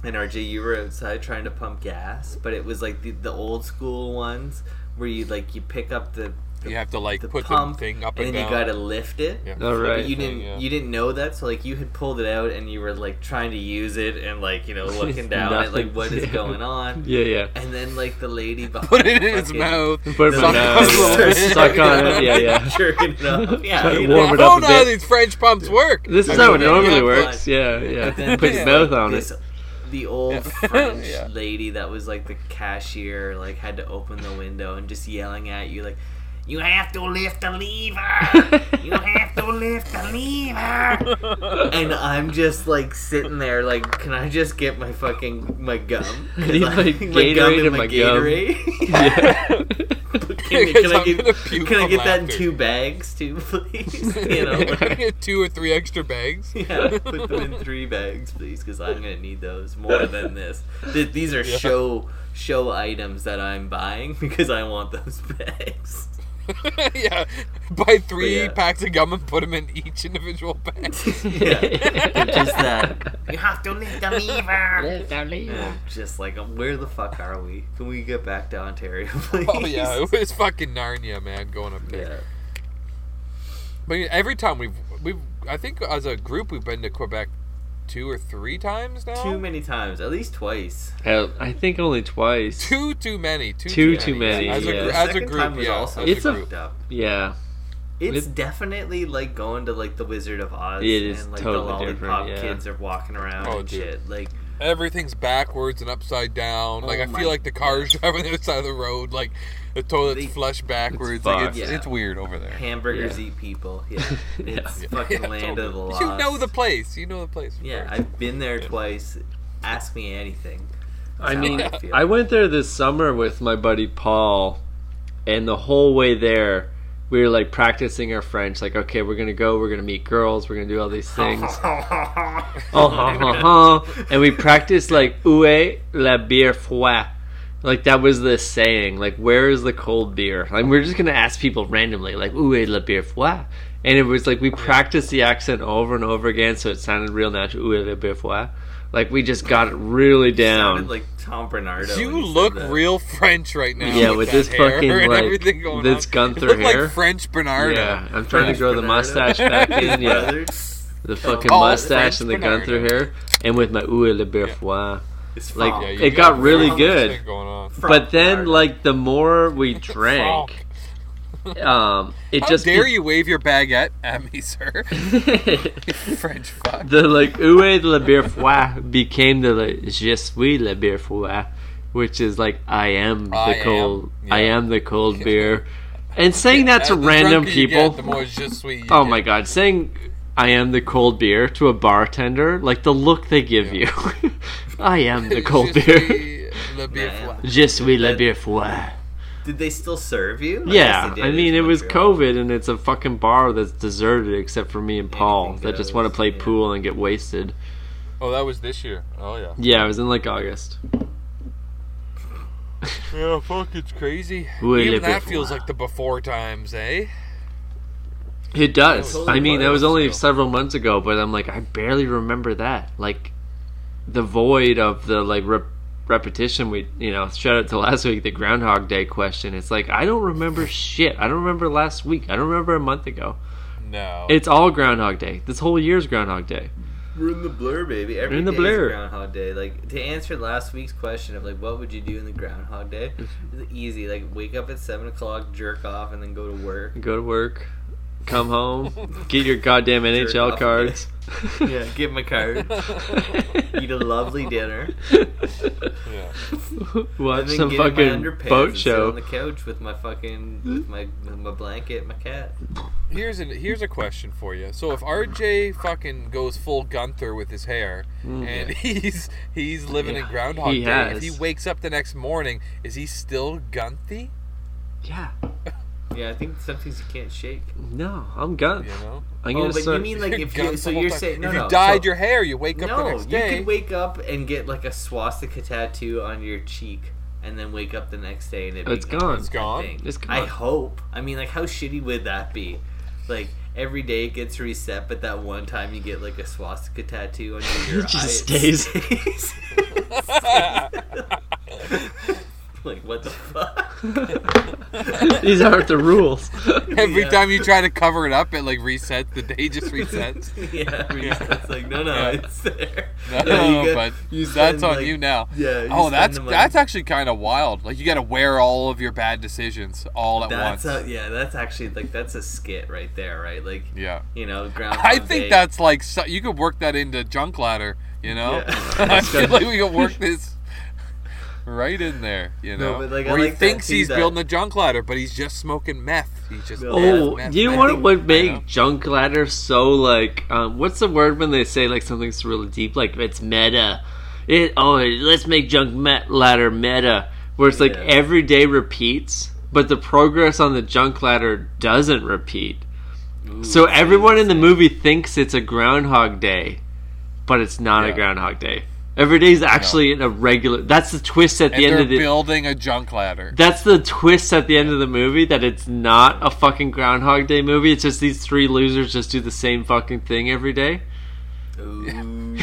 and RJ, you were outside trying to pump gas, but it was like the, the old school ones where you like you pick up the the,
You have to like
the
put
pump
the thing up
and,
and,
then
down.
you gotta lift it.
Yeah.
All
But
right.
you didn't
yeah.
you didn't know that, so like you had pulled it out and you were like trying to use it and like you know looking down at
Nothing.
like what is
Yeah.
going on,
Yeah, yeah.
and then like the lady behind
Put it in its
fucking-
mouth.
Put it in
Suck on
my nose.
a little bit.
Suck on it. Yeah, yeah.
jerking it up. Yeah,
Try to
you know.
warm
I
it up
don't
a
know how
bit.
Oh, these French pumps work.
This is
I
how it
mean, yeah,
normally
but-
works. Yeah, yeah. Put your mouth on it.
This- The old French
Yeah.
lady that was like the cashier, like had to open the window and just yelling at you, like, You have to lift the lever. You have to lift the lever. and I'm just like sitting there, like, can I just get my fucking my gum? 'Cause
You
I
put
think my gum
Gatorade
in
in
my
my gum.
Gatorade. can,
Because
I
I'm
get,
gonna puke
can I
from
get that in
laughter.
two bags too, please? you know, like-
two or three extra bags.
yeah, put them in three bags, please, because I'm gonna need those more than this. Th- these are show show items that I'm buying because I want those bags.
yeah, buy three
yeah.
packs of gum and put them in each individual bag.
yeah, they're just that. You have to lift the lever. And I'm just like, um, where the fuck are we? Can we get back to Ontario, please?
oh yeah, it was fucking Narnia, man, going up there.
Yeah.
But every time we've we've I think as a group we've been to Quebec two or three times now.
Too many times, at least twice.
Hell, I think only twice.
Too too many. Too
Too,
many.
too many.
As a,
yeah.
gr-
The
as a
second
group,
time was
yeah.
also
as a
It's a-
group.
fucked up.
yeah.
It's
It-
definitely like going to like the Wizard of Oz.
It is
and, like,
totally
the lollipop
different, yeah.
kids are walking around
Oh,
and
dude.
shit. Like
everything's backwards and upside down. Like
Oh
I
my
feel like the cars driving the other side of the road. Like the toilets
They-
flush backwards. like it's,
fucked.
Yeah.
it's weird over there.
hamburgers
Yeah.
eat people. Yeah,
Yeah.
it's
Yeah.
fucking
Yeah,
land
totally.
of the lost.
You know the place. You know the place.
Yeah, I've been there twice. Ask me anything.
I
how
mean,
I feel.
I went there this summer with my buddy Paul, and the whole way there, we were like practicing our French. Like, okay, we're gonna go, we're gonna meet girls, we're gonna do all these things. oh, ha, ha, ha. And we practiced like "Où est la bière froide?" Like that was the saying. Like, where is the cold beer? Like, we're just gonna ask people randomly, like "Où est la bière froide?" And it was like we practiced the accent over and over again, so it sounded real natural. "Où est la bière froide?" Like we just got it really down.
sounded like Tom Bernardo.
You
when he said
look
that.
real French right now.
Yeah, with
that
this
hair
fucking,
and
like,
everything going
this
on.
Gunther
You look
hair.
Like French Bernardo.
Yeah, I'm trying to grow the mustache back in. Yeah,
Brothers.
the fucking
Oh,
mustache
French
and the
Bernard.
Gunther hair, and with my oué le berfois.
It's
Like,
Franck.
you
It got really
French
good.
thing Going on.
But then,
Bernardo.
like the more we drank,
Fuck.
um, it
How
just
dare you wave your baguette at me, sir? French fuck.
the like oué le berfois became the like, je suis le berfois, which is like I am the
I am,
cold, I
yeah.
am the cold beer, and saying that to
As Uh, the
random
drunker you
people.
Get, the more je suis you
Oh
get.
my god, saying I am the cold beer to a bartender, like the look they give you. I am the cold
Je
beer.
suis le beer
Man.
froid.
Je suis le beer froid.
did they still serve you? I
Yeah,
guess they
I
did.
mean, it
It's
was
Montreal.
COVID and it's a fucking bar that's deserted except for me and Paul
Anything
that just want to
goes,
play
yeah.
pool and get wasted.
Oh, that was this year. Oh yeah.
Yeah, it was in like August.
Yeah, fuck, it's crazy.
Oui, le
Even that
beer
feels
froid.
like the before times, eh?
It does.
Yeah, it was
I mean, that was
totally
only
was,
several months ago, but I'm like, I barely remember that. Like, the void of the like rep- repetition. We, you know, shout out to last week, the Groundhog Day question. It's like I don't remember shit. I don't remember last week. I don't remember a month ago.
No.
It's all Groundhog Day. This whole year's Groundhog Day.
We're in the blur, baby. Every
We're in the
day is a
blur.
Groundhog Day. Like to answer last week's question of like, what would you do in the Groundhog Day? It's easy. Like wake up at seven o'clock, jerk off, and then go to work.
Go to work, come home, get your goddamn NHL
off.
cards.
Yeah, get my card. Eat a lovely dinner.
yeah.
Watch
and then
some
get in
fucking
my underpants
boat
and
show.
sit on the couch with my fucking with my with my blanket, my cat.
Here's a here's a question for you. So if RJ fucking goes full Gunther with his hair and he's he's living in
Mm. Yeah,
Groundhog
he
Day, if
has.
he wakes up the next morning, is he still Gunthy?
yeah.
Yeah, I think some things you can't shake.
No, I'm gone.
You know,
I'm
Oh,
gonna
but you
start-
mean like if
Gunther
you so
the whole
you're
time.
saying no
if
no,
you dyed
so-
your hair, you wake up the
no,
next
you
day.
could wake up and get like a swastika tattoo on your cheek, and then wake up the next day and it
It's
becomes
gone.
it's
a
gone.
thing.
It's
I
gone.
hope. I mean, like, how shitty would that be? Like every day it gets reset, but that one time you get like a swastika tattoo on your, your
It
eye, it
just
stays. like what the fuck?
These aren't the rules.
Every
Yeah.
time you try to cover it up, it like resets. The day just resets.
yeah, we
Yeah.
just- it's like no, no,
Yeah.
it's there.
No,
Yeah, you
Oh, but
got- you
that's
spend,
on
like-
you now.
Yeah. you
oh,
spend
that's
the money.
that's actually kind of wild. Like you got to wear all of your bad decisions all at
that's
once.
a, yeah. That's actually like that's a skit right there, right? Like
yeah.
you know, ground.
I think that's like so, you could work that into junk ladder. You know,
Yeah.
I feel like we could work this. right in there, you
No,
know.
but, like, I
Where he
like that
thinks
too,
he's
that-
building a junk ladder, but he's just smoking meth. He's just
No.
meth,
Oh,
meth,
you
meth.
know what
I
would
know.
make junk ladder so like um, what's the word when they say like something's really deep like it's meta. It oh let's make junk met ladder meta where it's like
Yeah.
every day repeats but the progress on the junk ladder doesn't repeat. so everyone in the movie thinks it's a groundhog day but it's not
Yeah.
a groundhog day. Every day is actually an irregular. That's the twist at the
and
end
they're
of the
building a junk ladder.
that's the twist at the end of the movie that it's not a fucking Groundhog Day movie. It's just these three losers just do the same fucking thing every day.
Ooh,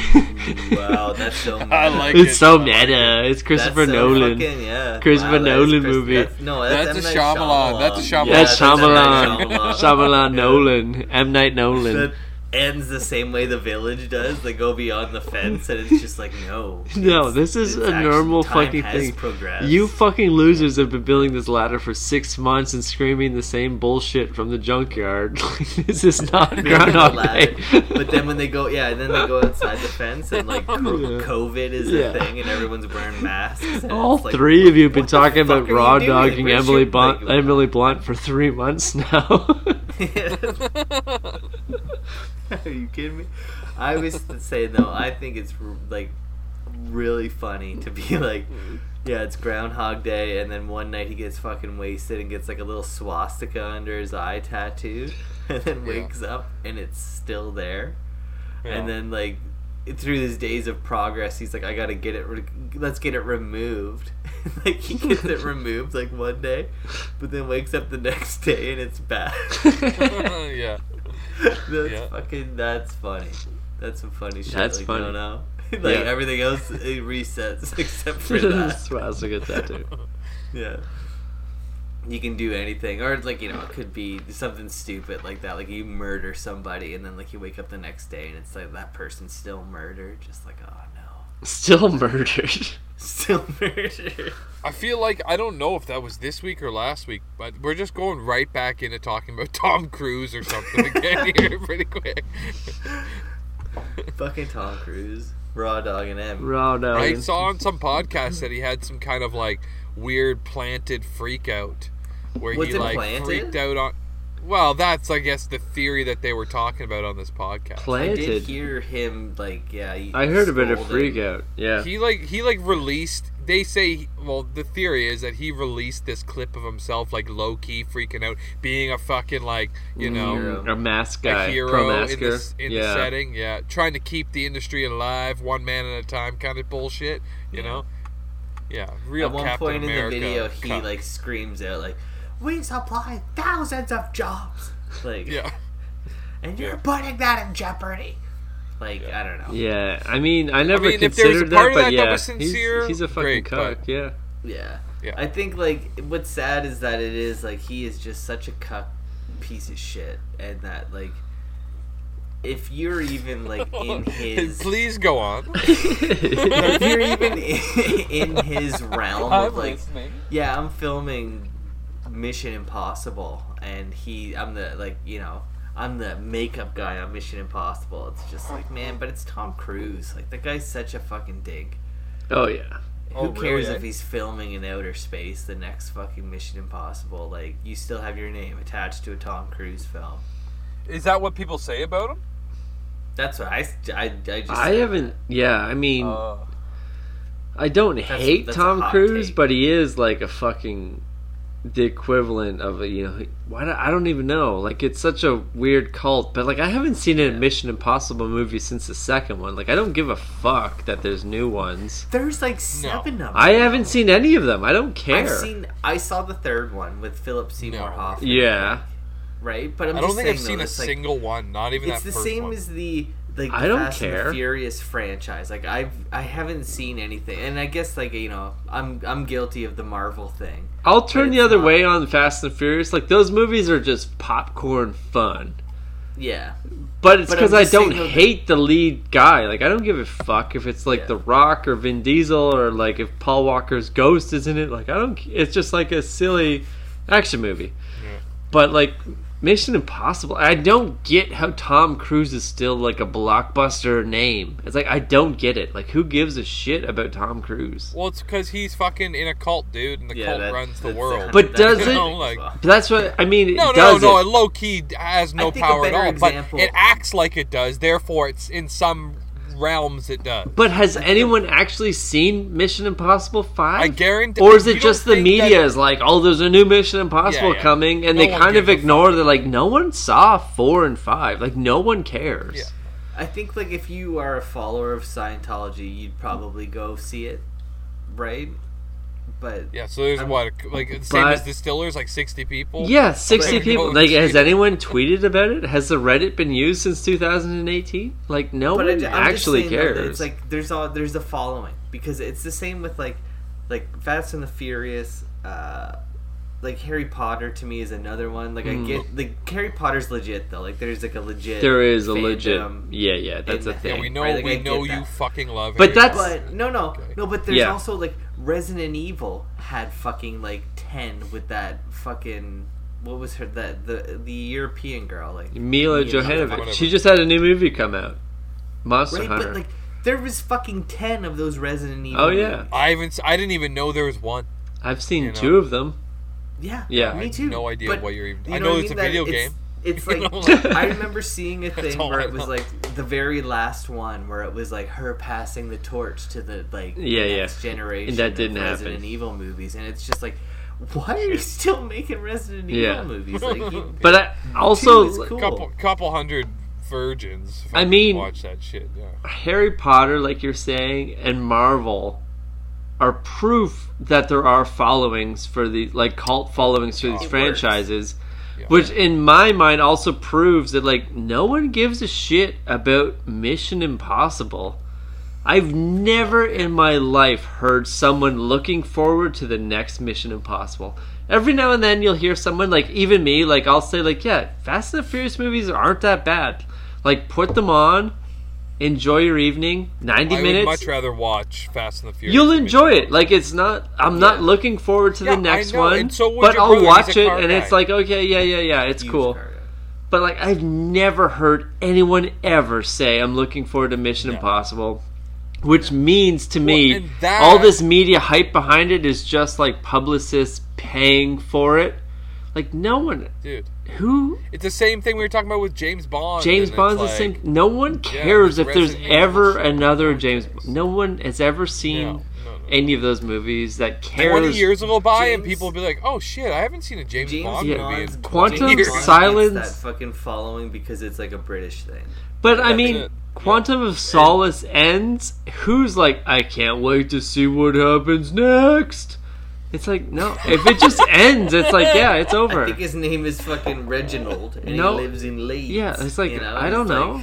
wow, that's so.
I
meta.
like
It's
it.
so
I like it.
meta. It's
That's
Christopher
so
Nolan.
fucking- yeah.
Christopher
that is
Nolan
Chris-
movie.
That's, no, that's,
That's a
M. Night
Shyamalan. That's a Shyamalan. Yeah,
That's
M. Night
Shyamalan. Shyamalan Nolan. M Night Nolan.
That ends the same way the village does. They go beyond the fence, and it's just like no.
No,
it's-
this is
it's
a
actually-
normal
time
fucking
has
thing.
Progressed.
You fucking losers have been building this ladder for six months and screaming the same bullshit from the junkyard. this is not
Building the
Groundhog
ladder.
Day.
but then when they go, yeah, and then they go outside the fence, and like co-
Yeah.
COVID is
Yeah.
a thing, and everyone's wearing masks. and
All
it's like,
three of you have been
what the
talking
fuck
about
are you
raw
doing?
dogging
Where's
Emily
your-
Blunt,
like-
Emily Blunt for three months now.
Are you kidding me? I was saying though, I think it's r- like really funny to be like, yeah, it's Groundhog Day, and then one night he gets fucking wasted and gets like a little swastika under his eye tattooed, and then wakes up and it's still there,
Yeah.
and then like through his days of progress, he's like, I gotta get it, re- let's get it removed. like he gets it removed like one day, but then wakes up the next day and it's back.
yeah.
That's
Yeah.
fucking. That's funny. That's some funny shit.
That's
like,
funny.
You don't know. like
Yeah.
everything else, it resets except for that.
Swastika tattoo.
Yeah. You can do anything, or like you know, it could be something stupid like that. Like you murder somebody, and then like you wake up the next day, and it's like that person's still murdered. Just like oh no,
Still murdered.
still murdered.
I feel like I don't know if that was this week or last week, but we're just going right back into talking about Tom Cruise or something again here pretty quick.
fucking Tom Cruise, raw dog and M.
Raw dog.
I saw on some podcast that he had some kind of like weird planted freak out where
Was
he
it
like
planted?
freaked out on well, that's I guess the theory that they were talking about on this podcast.
I did
Planted.
hear him like yeah. he
I heard a bit of
scolded.
freak out. Yeah.
He like he like released. They say well, the theory is that he released this clip of himself like low key freaking out, being a fucking like you
Mm,
know
Hero.
A mask
um, a
guy. Pro
hero in,
masker.
this, in the
yeah.
setting. Yeah, trying to keep the industry alive, one man at a time, kind of bullshit. You know. Yeah, real
At one
Captain
point
America.
in the video, he
cut.
like screams out like, "We supply thousands of jobs," like,
yeah.
and you're putting that in jeopardy. Like, I don't know.
Yeah. I mean, I never
mean, if there was a part
considered that,
of
but
that that
yeah,
was sincere,
he's, he's a fucking
great,
cock.
but-
Yeah.
Yeah.
Yeah.
I think like what's sad is that it is like he is just such a cuck piece of shit, and that like if you're even like in his
Please go on.
if you're even in, in his realm of like yeah i'm filming mission impossible and he i'm the like you know i'm the makeup guy on mission impossible it's just like man but it's tom cruise like that guy's such a fucking dig
Oh yeah.
Oh,
who cares
really,
if
eh?
he's filming in outer space the next fucking mission impossible like you still have your name attached to a tom cruise film
Is that what people say about him?
that's what i s- i, I just
I haven't. Yeah. I mean.
Uh,
I don't hate
that's a
Tom
hot
Cruise,
take.
but he is like a fucking the equivalent of a you know why do, I don't even know. Like it's such a weird cult, but like I haven't seen a Mission Impossible movie since the second one. Like I don't give a fuck that there's new ones.
there's like seven of them
I haven't seen any of them. I don't care.
I've seen. I saw the third one with Philip Seymour
No.
Hoffman.
yeah,
Right, but I'm
I don't
just
think I've
saying,
seen
though,
a
it's like,
single one. Not even
It's
that
the
first
same
one.
as the like
I
the
don't
Fast and
care.
the Furious franchise. Like I've I haven't seen anything, and I guess like you know I'm I'm guilty of the Marvel thing.
I'll turn
it's
the other
not.
way on Fast and Furious. Like those movies are just popcorn fun.
Yeah,
But it's
But
because
I'm
I
just
don't
saying, though,
hate the lead guy. Like I don't give a fuck if it's like
Yeah.
The Rock or Vin Diesel or like if Paul Walker's Ghost is in it. Like I don't. It's just like a silly action movie. But like Mission Impossible. I don't get how Tom Cruise is still like a blockbuster name. It's like I don't get it. Like who gives a shit about Tom Cruise?
Well, it's because he's fucking in a cult, dude, and the
Yeah,
cult
that-
runs the
that's
world.
a-
But does
that's
it-
a thing
Like-
as well.
But that's what I mean. It
No, no,
does
no.
it.
It low key has no
I think a
power at
better
all,
example-
but it acts like it does. Therefore, it's in some realms it does.
But has anyone actually seen Mission Impossible Five?
I guarantee-
Or is
you
it just
don't
the
think
media
that-
is like, oh, there's a new Mission Impossible
Yeah, yeah.
coming, and
No
they
one
kind of
gives a
ignore. They're like, no one saw four and five. Like no one cares.
Yeah.
I think like if you are a follower of Scientology, you'd probably go see it, right? But
Yeah, so there's
I'm-
what like the same as
But-
distillers, like sixty people.
Yeah, sixty
Like,
people.
no
Like, has
shit.
anyone tweeted about it? Has the Reddit been used since 2018? Like, no
but I- I'm
one
just
actually
saying, though, that
cares.
It's like there's all there's a following because it's the same with like like Fast and the Furious, uh, like Harry Potter to me is another one. Like I get like Harry Potter's legit though. Like there's like a legit.
Hmm. there is a legit.
fandom.
Yeah, yeah, that's a
in-
thing.
yeah, we know
Right, like, I
we
get
know you
that.
fucking love.
But
Harry
that's-
Potter.
But no, no, no. But there's
Yeah.
also like Resident Evil had fucking like ten with that fucking what was her that the the European girl like
Mila
Mila,
Jovovich.
whatever.
She just had a new movie come out, Monster
right?
Hunter.
But like um, there was fucking ten of those Resident Evil.
oh yeah,
movies.
I haven't. s- I didn't even know there was one.
I've seen
You know.
two of them.
yeah,
Yeah. I
Me
have
too.
no idea what you're even-
you
I know
what
it's a
That
video
it's-
game.
It's
You
like
know, like-
I remember seeing a thing
all
where
I
it was
know.
like the very last one where it was like her passing the torch to the like
Yeah, yeah.
next generation
And that
of
didn't happen.
Resident Evil movies, and it's just like. Why are you still making Resident Evil
Yeah.
movies? Like, you,
But I also
is cool.
Couple couple hundred virgins.
I
fucking
mean-
watch that shit. Yeah.
Harry Potter, like you're saying, and Marvel are proof that there are followings for the like cult followings for these
It
franchises, which in my mind also proves that like no one gives a shit about Mission Impossible. I've never in my life heard someone looking forward to the next Mission Impossible. Every now and then you'll hear someone like even me like I'll say like yeah, Fast and the Furious movies aren't that bad. Like put them on, enjoy your evening, 90
I would
minutes.
much rather watch Fast and the Furious.
You'll
than
enjoy
Mission
it. Like it's not. I'm not looking forward to
Yeah,
the next
I know,
one.
and so would
but
your
I'll
brother,
watch
he's a
it,
car
and it's
guy.
like, okay, yeah, yeah, yeah, it's cool. But like, I've never heard anyone ever say I'm looking forward to Mission Impossible, which means to me
and that-
all this media hype behind it is just like publicists paying for it. Like no one
Dude,
who
it's the same thing we were talking about with James Bond.
James
and it's
Bond's the
like-
same. No one cares
with
if there's
Resident Evil
ever
shit,
another James. No one has ever seen
No, no, no.
any of those movies that cares.
Twenty years will go by, and
James-
people will be like, "Oh shit, I haven't seen a James,
James
Bond movie."
Bond's
in
Quantum
20
James
years."
Bond
Silence-
gets That fucking following because it's like a British thing.
But I
That's
mean,
it.
Quantum of Solace ends. Who's like, I can't wait to see what happens next. It's like no. If it just ends, it's like yeah, it's
I
over.
think his name is fucking Reginald, and
No.
he lives in Leeds.
Yeah, it's like
you know?
I
It's
don't know.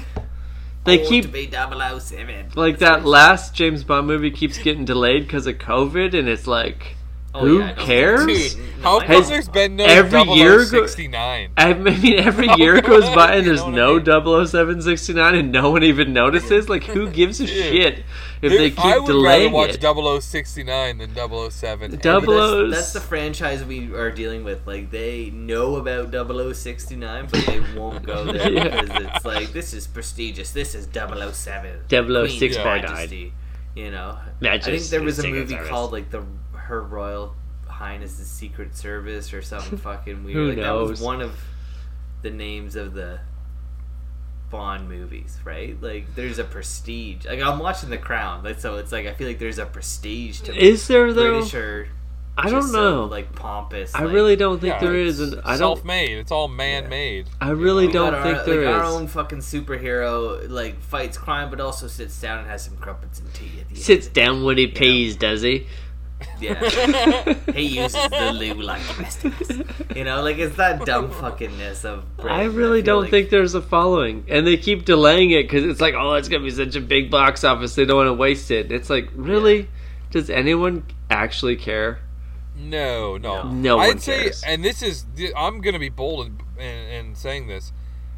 like,
they
"Oh,
keep
to be 007.
like that last James Bond movie keeps getting delayed because of COVID, and it's like
Oh,
who
yeah, I don't-
cares?
Dude, how come
Has-
there's been no
every year go-
69?
I mean, every year goes by and
You
there's
know what I
no
mean?
00769 and no one even notices. Like, who gives a shit if they
I
keep
would rather
delaying
watch
it?
0069 than 007.
Double-
But that's-
Double O's.
That's, the franchise we are dealing with. Like they know about 0069, but they won't go there
Yeah.
because it's like this is prestigious. This is 007.
006
Queen's
by
Majesty, You know, I think
Majesty,
there was a
Secret
movie
Service.
called like the Her Royal Highness's Secret Service or something fucking weird.
Who
like that
knows?
was one of the names of the Bond movies, right? Like there's a prestige. Like I'm watching The Crown, like so it's like I feel like there's a prestige to
Is there, though?
British or
I don't
just so,
know.
like pompous.
I
like-
really don't think
Yeah,
there
it's
is. And I don't.
self-made. It's all man-made.
I really
We got
don't
our-
think there
like, Our
is.
own fucking superhero like fights crime, but also sits down and has some crumpets and tea. At the
Sits down when he pees, does he?
end. yeah. he uses the loo like the rest of us. You know, like it's that dumb fuckingness of. Britain,
I really
feel
don't
like-
think there's a following, and they keep delaying it because it's like, oh, it's gonna be such a big box office. They don't want to waste it. It's like, really, does anyone actually care?
No, no,
No
I'd
one
say,
cares.
and this is, I'm gonna be bold in, in, in saying this.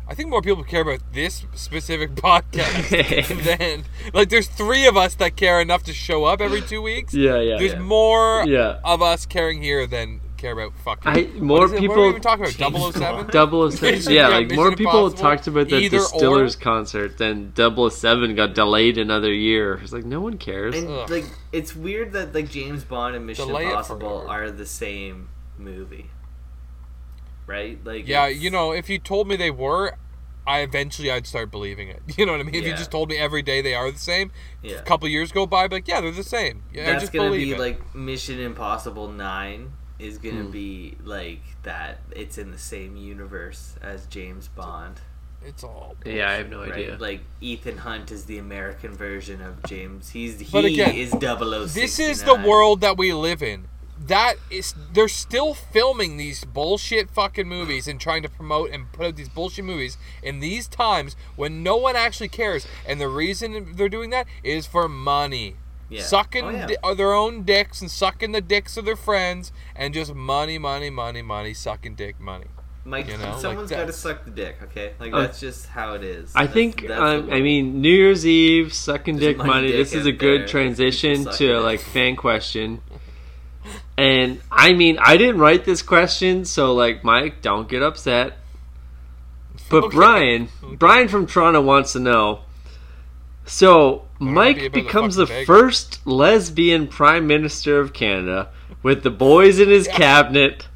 I think more people care about this specific podcast than like. There's three of us that care enough to show up every two weeks.
Yeah, yeah,
There's
yeah.
more
Yeah.
of us caring here than care about fucking.
I more
Is it-
people
What are we even talking about? 007?
Double O Seven.
Mission-
Yeah,
yeah,
like
Mission
more people
Impossible,
talked about the
either or.
Distillers concert than Double O Seven got delayed another year. It's like no one cares.
And
Ugh.
like, it's weird that like James Bond and Mission
Delay it
Impossible
forever.
are the same movie, right? Like,
Yeah,
it's-
you know, if you told me they were, I eventually I'd start believing it. You know what I mean? If you
Yeah.
just told me every day they are the same,
Yeah.
a couple years go by, I'd be like, yeah, they're the same. Yeah, I
that's
just
gonna
believe
be
it.
like Mission Impossible Nine is gonna
Hmm.
be like that. It's in the same universe as James Bond,
it's all.
yeah, I have no
right?
idea.
Like Ethan Hunt is the American version of James. He's he
But again,
is 006.
This is the world that we live in. That is, they're still filming these bullshit fucking movies and trying to promote and put out these bullshit movies in these times when no one actually cares. And the reason they're doing that is for money.
Yeah.
Sucking
Oh, yeah.
di- uh, their own dicks and sucking the dicks of their friends and just money, money, money, money, sucking dick money.
Mike,
you know, like
someone's got to
that's-
suck the dick, okay? Like
Uh,
that's just how it is.
I
That's-
think
that's
um,
the
I
world.
mean New Year's Eve sucking dick
money
money.
dick
This is a
out
good
there.
transition
People
to
sucking
like
it.
fan question. And I mean I didn't write this question, so like Mike, don't get upset. But
Okay.
Brian, Brian from Toronto wants to know. So
be
Mike
about the
becomes the
fucking bag.
first lesbian prime minister of Canada with the boys in his cabinet.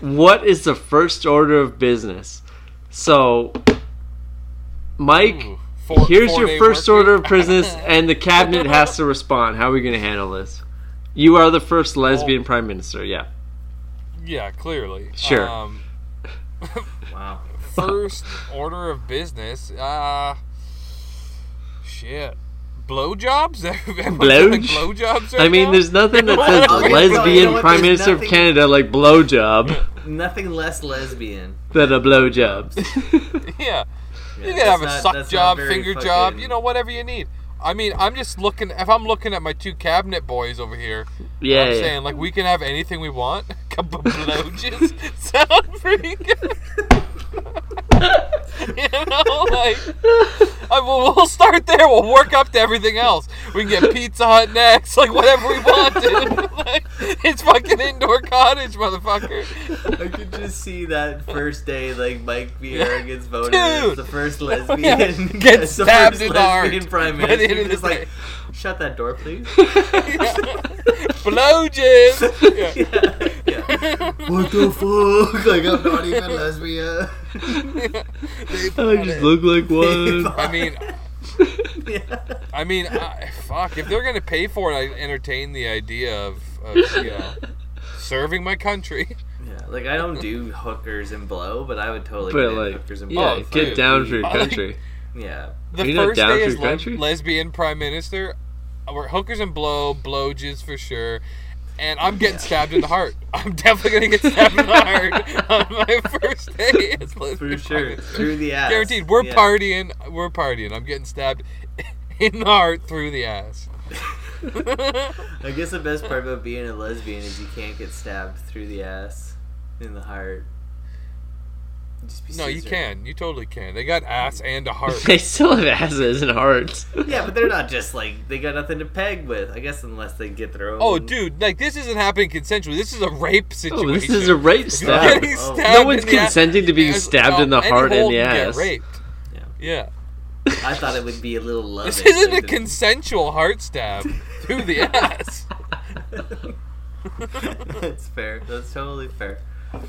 What is the first order of business? So, Mike,
Ooh, four-
here's
four
your
day
first
work
order
week.
of business, and the cabinet has to respond. How are we going to handle this? You are the first lesbian prime minister. Yeah,
Yeah, clearly.
Sure.
Um,
wow.
first order of business, uh, shit, blowjobs. Everyone's
Blowj?
doing blowjobs. Right
I mean,
now?
there's nothing that
Okay, well,
says
you
know
lesbian
what?
prime
There's
minister of
nothing-
Canada like blowjob
Nothing less lesbian.
than a blowjob.
yeah. You
Yeah,
can have a
that's not-
suck
that's
job,
not very
finger job,
fucking-
you know, whatever you need. I mean, I'm just looking. If I'm looking at my two cabinet boys over here,
yeah,
I'm
yeah.
saying like we can have anything we want. Couple blowjobs sound pretty good. you know, like I, we'll, we'll start there. We'll work up to everything else. We can get Pizza Hut next, like whatever we want. Dude. Like, it's fucking indoor cottage, motherfucker.
I could just see that first day, like Mike Vieira gets voted
Dude.
as the first lesbian,
Gets
as the
stabbed
first
in the heart
lesbian prime
by the
minister.
end of the
Just like,
day.
shut that door, please.
Blowjobs. Yeah.
yeah, yeah. What the fuck? Like I'm not even lesbian.
I just look like one.
I mean,
Yeah.
I mean, I, fuck. If they're gonna pay for it, I entertain the idea of, of you know, serving my country.
Yeah, like I don't do hookers and blow, but I would totally
But
get in
like,
hookers and
yeah,
blow.
get
dude.
down for your
I like-
country.
Yeah,
The
Are you not
first
down
day
for
is
your
le-
country?
lesbian prime minister. We're hookers and blow, blowjizz for sure. And I'm getting stabbed in the heart. I'm definitely gonna get stabbed in the heart on my first day as
for
lesbian prime
sure,
minister.
through the ass.
Guaranteed. We're
yeah.
partying. We're partying. I'm getting stabbed in the heart through the ass.
I guess the best part about being a lesbian is you can't get stabbed through the ass, in the heart. Just be
No, you
scissored.
can. You totally can. They got ass and a heart.
They still have asses and hearts.
Yeah, but they're not just like they got nothing to peg with. I guess unless they get their own.
Oh, dude, like this isn't happening consensually. This is a rape situation.
Oh, this is a rape
You're
stab.
getting
Oh.
stabbed
No
in
one's
the ass.
consenting to being
As-
stabbed in the
any
heart and
hole
the
you can get
ass.
raped.
Yeah.
Yeah.
I thought it would be a little loving.
This isn't a
like,
consensual heart stab through the ass.
That's fair. That's totally fair.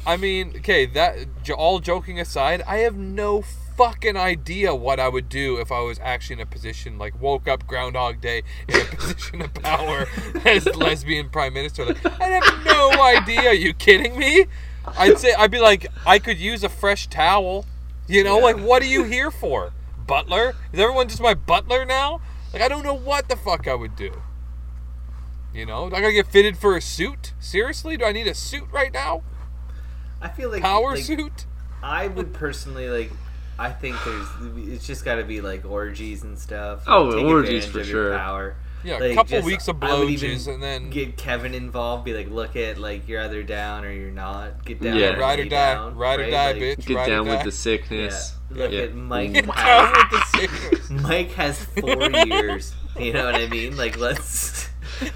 I mean, okay, that j- all joking aside, I have no fucking idea what I would do if I was actually in a position like woke up Groundhog Day in a position of power as lesbian prime minister. Like, I have no idea. Are you kidding me? I'd say I'd be like, I could use a fresh towel. You know, like what are you here for, butler? Is everyone just my butler now? Like I don't know what the fuck I would do. You know, I gotta get fitted for a suit. Seriously, do I need a suit right now?
I feel like
power
like,
suit.
I would personally like. I think there's. It's just got to be like orgies and stuff.
Oh,
Take
orgies
advantage
for
of your
sure.
Power.
Yeah, a
Like,
couple
just-
weeks of
I would even
blowjizz and then
get Kevin involved. Be like, look at like you're either down or you're not. Get down.
Yeah.
and
ride or
lay
die,
down,
ride or
right?
die,
Like,
bitch,
Get
ride
down
or die.
with the
Yeah.
sickness.
Look
Yeah.
at Mike.
Get
Powell.
down with the sickness.
Mike has four years. You know what I mean? Like, let's.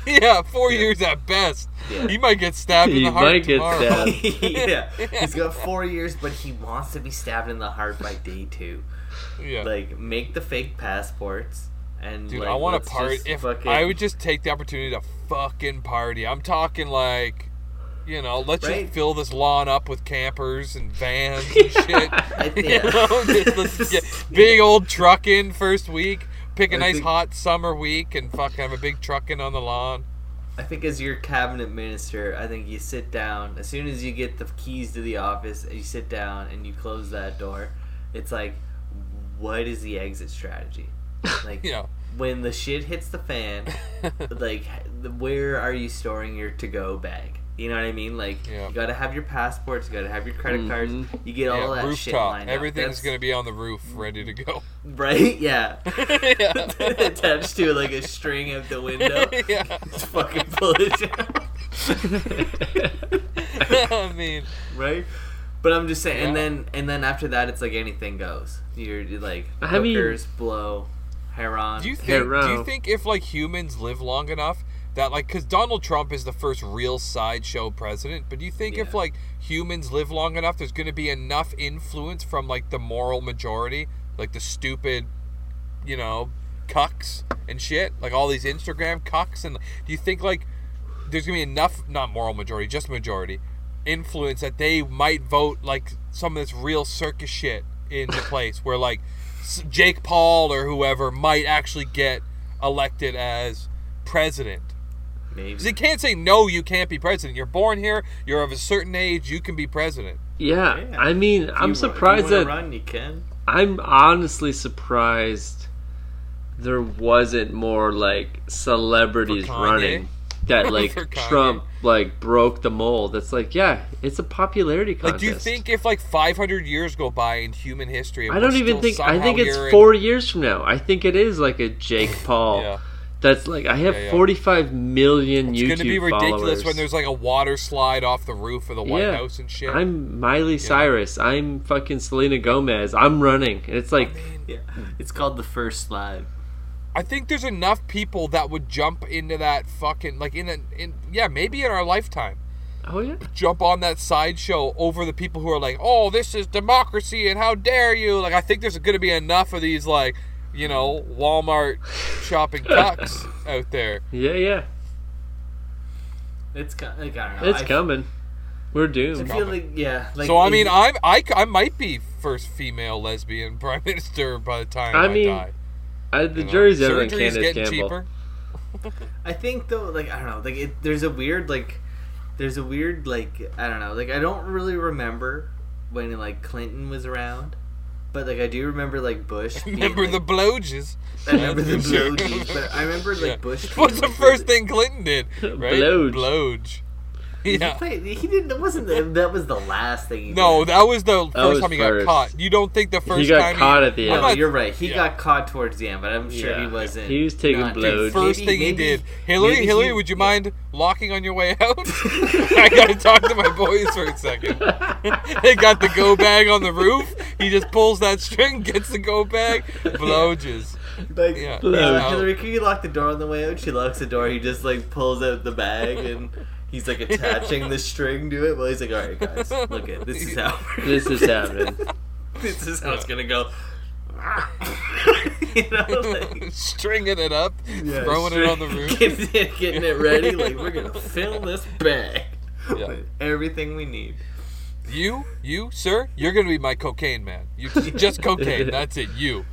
Yeah, four years at best.
Yeah.
He might get stabbed in
He
the heart
might get
tomorrow.
stabbed.
yeah, he's got four years, but he wants to be stabbed in the heart by day two.
Yeah.
Like, make the fake passports and
Dude,
like,
I want
let's
to party.
just
If
fucking-
I would just take the opportunity to fucking party, I'm talking like, you know, let's
Right.
just fill this lawn up with campers and vans and shit.
I-
you
yeah.
know, just let's get big old truck in first week. Pick a
I
nice
think-
hot summer week and fucking have a big truck in on the lawn.
I think as your cabinet minister, I think you sit down as soon as you get the keys to the office. You sit down and you close that door. It's like, what is the exit strategy? Like,
You know,
when the shit hits the fan, like, h- where are you storing your to-go bag? You know what I mean? Like,
Yeah.
you gotta have your passports, you gotta have your credit cards. You get all
yeah,
that shit
rooftop.
lined up.
Everything's
That's-
gonna be on the roof, ready to go.
right. Yeah,
yeah.
attached to like a string out the window.
yeah.
Just fucking pull it down.
I mean,
right? But I'm just saying, and
Yeah.
then and then after that, it's like anything goes. You're, you're like
I mean-
hookers, blow, heron.
Do you think?
Hero.
Do you think if like humans live long enough that like because Donald Trump is the first real sideshow president, but do you think if
Yeah.
like humans live long enough, there's going to be enough influence from like the moral majority, like the stupid, you know, cucks and shit, like all these Instagram cucks, and do you think like there's going to be enough not moral majority, just majority influence that they might vote like some of this real circus shit into place where like s- Jake Paul or whoever might actually get elected as president.
maybe
'Cause they can't say no, you can't be president. You're born here, you're of a certain age, you can be president.
yeah, I mean,
You
I'm
wa-
surprised
you wanna
that
run, you can.
I'm honestly surprised there wasn't more like celebrities
For Kanye?
running that like
For Kanye.
Trump like broke the mold. That's like, yeah, it's a popularity
Like,
contest.
do you think if like 500 years go by in human history, and
I
we're
don't even
still
think. I
somehow
think
here
it's
in-
four years from now. I think it is like a Jake Paul.
Yeah.
That's like I have
Yeah, yeah.
45 million
It's
YouTube
going to be ridiculous
followers.
when there's like a water slide off the roof of the White
Yeah.
House and shit.
I'm Miley Cyrus. I'm fucking Selena Gomez. I'm running. And It's like
Yeah, it's called the first slide.
I think there's enough people that would jump into that fucking like in a, in yeah maybe in our lifetime
oh yeah.
jump on that sideshow over the people who are like oh this is democracy and how dare you like I think there's going to be enough of these like you know Walmart shopping cucks out there
Yeah, yeah.
It's co- like I don't know.
It's
I,
coming. We're
I
doomed.
feel like yeah. Like
so I
if
mean
you-
I'm I, c- I might be first female lesbian prime minister by the time
I
I,
mean,
die
I, the
you know?
jury's out on
Surgery's
Candace
getting
Campbell.
cheaper
I think though, like I don't know, like it, there's a weird like, there's a weird like I don't know, like I don't really remember when like Clinton was around, but like I do remember like Bush. being,
remember
like,
the bloges
I remember the
That's for sure.
blowjobs, but I remember like
Yeah.
Bush. being,
What's the
like,
first
really-
thing Clinton did? Right?
Bloge.
Bloge. Yeah.
Wait, he didn't. That wasn't. The, that was the last thing. He
No,
did.
that was the first
was
time he
first.
got caught. You don't think the first
He got
time
caught at the
No,
end.
not-
you're right. He
yeah.
got caught towards the end, but I'm sure
Yeah.
he wasn't.
He was taking
not-
blows.
Maybe-
first thing he
maybe-
did. Hillary,
maybe
Hillary,
he-
would you mind locking on your way out? I gotta talk to my boys for a second. they got the go bag on the roof. He just pulls that string, gets the go bag, bloges.
Like,
Yeah.
uh,
Yeah.
Hillary, can you lock the door on the way out? She locks the door. He just like pulls out the bag and he's like attaching the string to it. Well, he's like, all right, guys, look at this is how we're-
This is happening.
this is how it's gonna go. you know, like,
Stringing it up,
Yeah,
throwing it
straight-
on the roof.
getting, it- getting it ready. Like we're gonna fill this bag
Yeah.
with everything we need.
You, you, sir, you're gonna be my cocaine man. You just cocaine. That's it. You.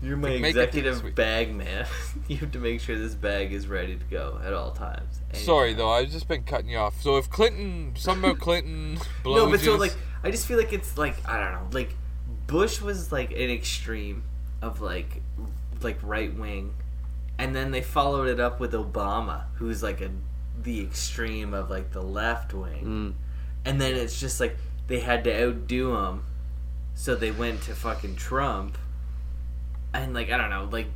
You're my
Make it
executive
sweet.
bag man. you have to make sure this bag is ready to go at all times. Anytime.
Sorry though, I've just been cutting you off. So if Clinton, something about Clinton, blow
No, but so like I just feel like it's like I don't know. Like Bush was like an extreme of like like right wing, and then they followed it up with Obama, who's like a the extreme of like the left wing, and then it's just like they had to outdo him, so they went to fucking Trump, and like I don't know, like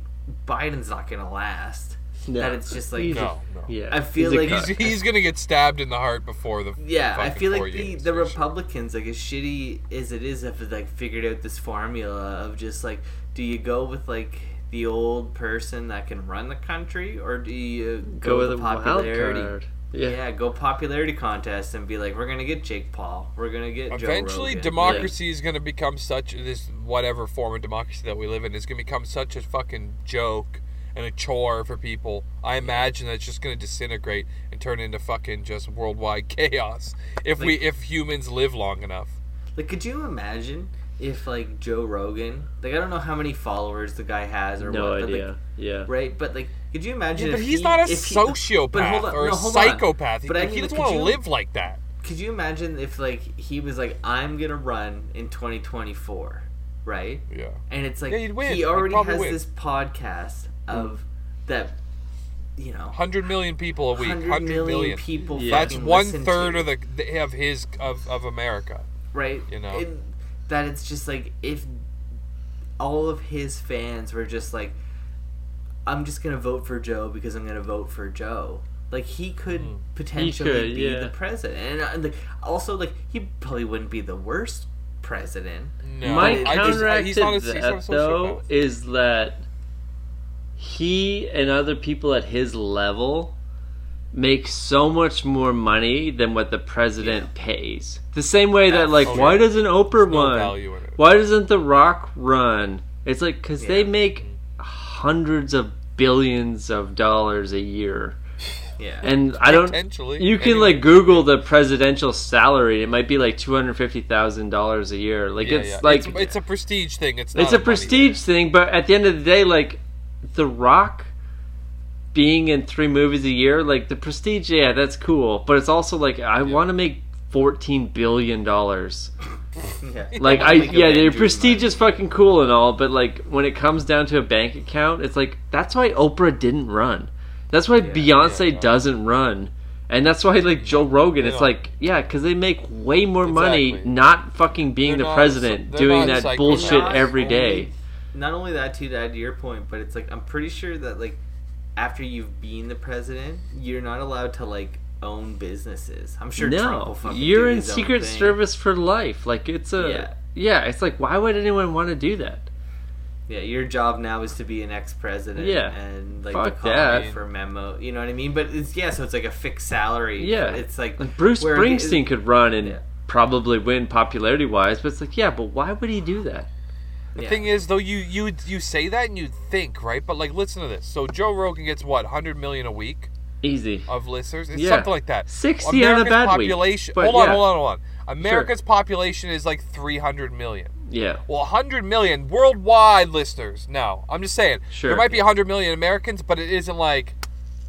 Biden's not gonna last.
No.
That it's just like
He's
no, no.
Yeah.
I feel
he's a
like-
cuck.
He's, he's gonna get stabbed in the heart before the
Yeah, I
fucking
feel
four
like the,
years,
the
for sure.
Republicans, like as shitty as it is, have like figured out this formula of just like, do you go with like the old person that can run the country, or do you go, with the
wild
popularity?
card. Yeah.
Yeah, go popularity contest and be like, we're gonna get Jake Paul, we're gonna get
Eventually,
Joe Rogan.
democracy is going to become such this whatever form of democracy that we live in is going to become such a fucking joke and a chore for people. I imagine that's just going to disintegrate and turn into fucking just worldwide chaos if we if humans live long enough.
Like, could you imagine if like Joe Rogan, like I don't know how many followers the guy has or
No
what, but,
idea.
like,
yeah.
right? But like, could you imagine?
but
if
he's
he-
not a
if he-
sociopath
but hold on,
or
no,
a
hold on.
psychopath.
But
he,
I
he
mean,
doesn't
could
want to
you-
live like that.
Could you imagine if like he was like, I'm gonna run in 2024, right?
Yeah.
and it's like
Yeah, you'd win.
he
You'd
already
probably
has
win.
this podcast of that you know
100 million people a week.
100
100
million,
million.
people
Yeah.
That's
fucking
one
listen
third
to,
of the of his of, of America.
right
you know.
It- that it's just like if all of his fans were just like i'm just gonna vote for joe because i'm gonna vote for joe like he could potentially
could,
be
yeah.
the president and, uh, and like also like he probably wouldn't be the worst president
No,
My
I just-
counter
he's
to
not a- he's not a
that though
sociopath.
is that he and other people at his level make so much more money than what the president pays. The same way that like
Oh,
why
yeah.
doesn't Oprah
no
run?
value in it.
Why doesn't The Rock run? It's like cuz they
Yeah.
make hundreds of billions of dollars a year.
yeah
And I don't
Potentially.
you can
Anyway.
like Google the presidential salary. It might be like two hundred fifty thousand dollars a year. Like
Yeah,
it's
yeah.
like
it's, it's a prestige thing. It's not
it's a
money
prestige thing, but at the end of the day, like The Rock being in three movies a year, like the prestige, yeah, that's cool. But it's also like I want to make fourteen billion dollars.
yeah.
Like I,
make
yeah, your
Avengers
prestige
money.
is fucking cool and all, but like when it comes down to a bank account, it's like that's why Oprah didn't run. That's why Beyonce
yeah.
doesn't run. And that's why, like Joe Rogan, it's
don't.
like, yeah, because they make way more money
Exactly.
not fucking being
They're
the
not a
president,
psy- they're
doing
not a
that
psychopath.
bullshit
Not
every
only-
day.
not only that too to add to your point but it's like i'm pretty sure that like after you've been the president you're not allowed to like own businesses i'm sure Trump will
No,
fucking
you're
do
in
his own
Secret
thing.
Service for life. Like it's a yeah.
Yeah.
It's like why would anyone want to do that?
yeah your job now is to be an ex-president
Yeah.
and like
Fuck
the call
that.
you for memo you know what i mean but it's yeah so it's like a fixed salary
Yeah,
it's like,
Like Bruce
where the-
Springsteen could run and
Yeah.
probably win popularity wise, but it's like yeah, but why would he do that?
yeah.
thing is though you you you say that and you think right but like listen to this so joe rogan gets what 100 million a week
Easy.
of listeners it's
Yeah.
something like that
60 on a bad week,
population
but
hold on
yeah.
hold on hold on america's population is like 300 million
Yeah.
well 100 million worldwide listeners now i'm just saying
Sure.
there might be 100 million americans but it isn't like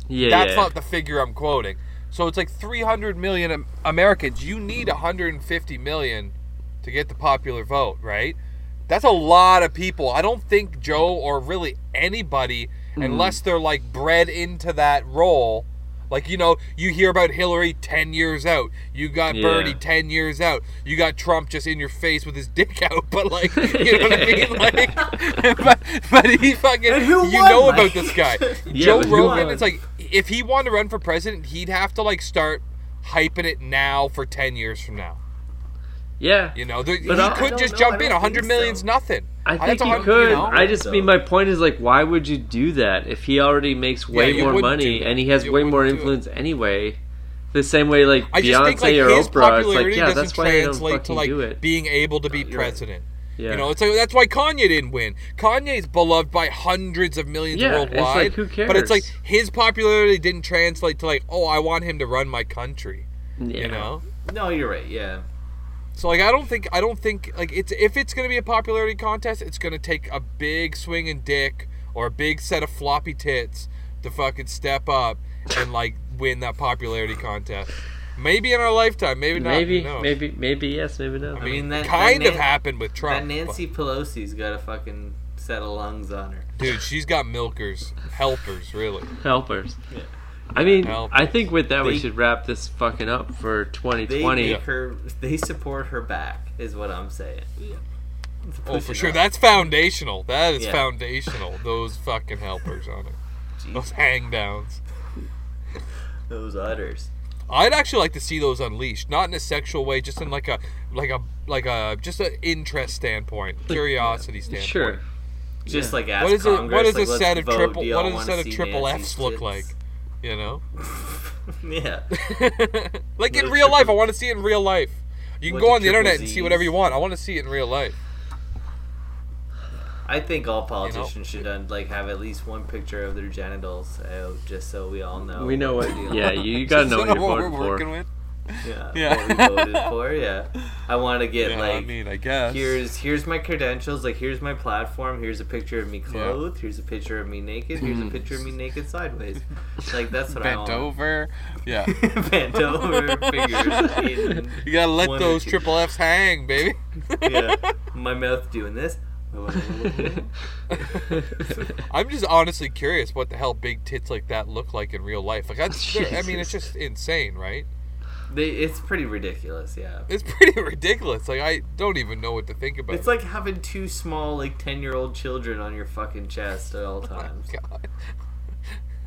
Yeah.
that's
yeah.
not the figure i'm quoting so it's like 300 million Am- americans you need 150 million to get the popular vote, right? That's a lot of people. I don't think Joe or really anybody,
Hmm.
unless they're like bred into that role. Like, you know, you hear about Hillary 10 years out. You got
Yeah.
Bernie 10 years out. You got Trump just in your face with his dick out. But, like, you know what I mean? Like, but, but he fucking,
And who
you
won,
know about
Mike?
this guy.
Yeah,
Joe
but who
Rogan,
won?
it's like, if he wanted to run for president, he'd have to, like, start hyping it now for 10 years from now.
yeah.
You know, there, he
I- I
could
don't
just
know,
jump
I
in. A
don't
hundred
think
million's
so.
nothing.
I
That's
think
a
he
hundred-
could.
you know?
I just mean my point is like, why would you do that if he already makes way
you
more
wouldn't
money
do it.
and he has
You
way more
wouldn't do it.
influence anyway? The same way like
I just
Beyonce
think like
or
his
Oprah, it's
popularity
like yeah,
doesn't
that's why they don't
translate
fucking
to like
do it.
being able to be
you're right.
president.
yeah.
You know, it's like, that's why Kanye didn't win. Kanye's beloved by hundreds of millions
Yeah, it's like,
worldwide.
who
But it's like
cares?
his popularity didn't translate to like, oh, I want him to run my country.
yeah.
You know.
no you're right yeah
So like I don't think I don't think like it's if it's gonna be a popularity contest, it's gonna take a big swing and dick or a big set of floppy tits to fucking step up and like win that popularity contest. Maybe in our lifetime, maybe not.
maybe,
who knows?
maybe, maybe yes, maybe no.
I mean,
mean, that-
kind
that
of
Nan-
happened with Trump.
that nancy pelosi's got a fucking set of lungs on her
but- dude, she's got milkers, helpers, really.
helpers. I mean,
Helpers.
I think with that we
They-
should wrap this fucking up for
they
2020.
make her they support her back is what i'm saying
Oh, for
Pushing
sure.
up.
That's foundational. That is
Yeah.
foundational. Those fucking helpers on it. Those hang downs.
those udders
I'd actually like to see those unleashed, not in a sexual way, just in like a like a like a just an interest standpoint, curiosity standpoint.
sure.
just
Yeah.
like ask
What is it?
Congress,
What does
like,
a
let's
set of
vote,
triple?
do y'all
What does a
wanna
set of
see
triple
Nancy's
Fs look
tits?
like? You know,
yeah.
like in
Those
real life, I
triple-
want to see it in real life. You can
With
go
the
on the
triple
internet and see whatever
Zs.
you want. I want to see it in real life.
I think all politicians should uh, like have at least one picture of their genitals out, just so we all know.
We know
what
what.
to do.
Yeah, you gotta know
So
what you're
what we're
voting for.
working with.
yeah,
Yeah.
What we voted for. Yeah, I want to get
Yeah,
like
I mean, I guess.
here's here's my credentials. Like here's my platform. Here's a picture of me clothed. Here's a picture of me naked. Here's a picture of me naked sideways. Like that's
Hmm.
what
bent
I want.
over. Yeah,
Bent over. Fingers. hidden.
you gotta let
One or
those
two.
triple Fs hang, baby.
Yeah. My mouth doing this.
I'm just honestly curious what the hell big tits like that look like in real life. Like that's, I mean, it's
Jesus.
just insane, right?
They, it's pretty ridiculous. Yeah.
It's pretty ridiculous. Like I don't even know what to think about.
It's like having two small, like ten year old children on your fucking chest at all times,
Oh God.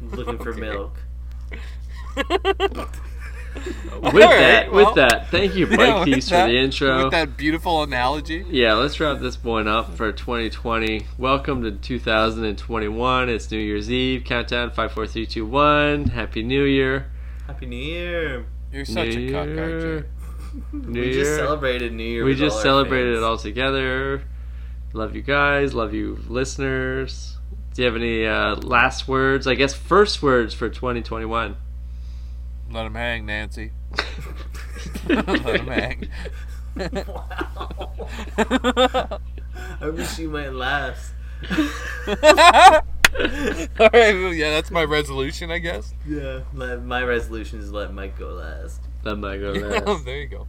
looking for
Okay.
milk.
with
All right,
that,
well.
with that, thank you, Mike
Yeah, with
Keys,
that-
for the intro.
With that beautiful analogy.
Yeah, let's wrap this one up for 2020. Welcome to 2021. It's New Year's Eve. Countdown five, four, three, two, one. Happy New Year.
Happy New Year!
You're such
New
a cuck, aren't you?
Year. New
we
Year.
just celebrated New Year.
we
with
just
all our
celebrated
fans.
it all together. Love you guys. Love you, listeners. Do you have any uh, last words? I guess first words for 2021.
Let him hang, Nancy. Let
Oh,
him hang.
I wish you might last.
All right, well, yeah, that's my resolution, I guess.
Yeah. Let, my resolution is let Mike go last.
That might go last.
there you go.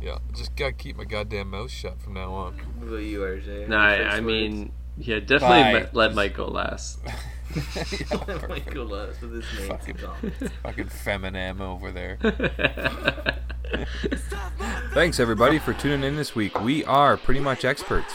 Yeah, just gotta keep my goddamn mouth shut from now on.
What about you, RJ?
No,
Your
I,
first
I
words?
mean, yeah, definitely
Bye.
me- let Mike go last.
Yeah,
let Mike
perfect.
go last with his name.
Fucking-
song.
Fucking feminam over there.
Thanks everybody for tuning in this week. We are pretty much experts.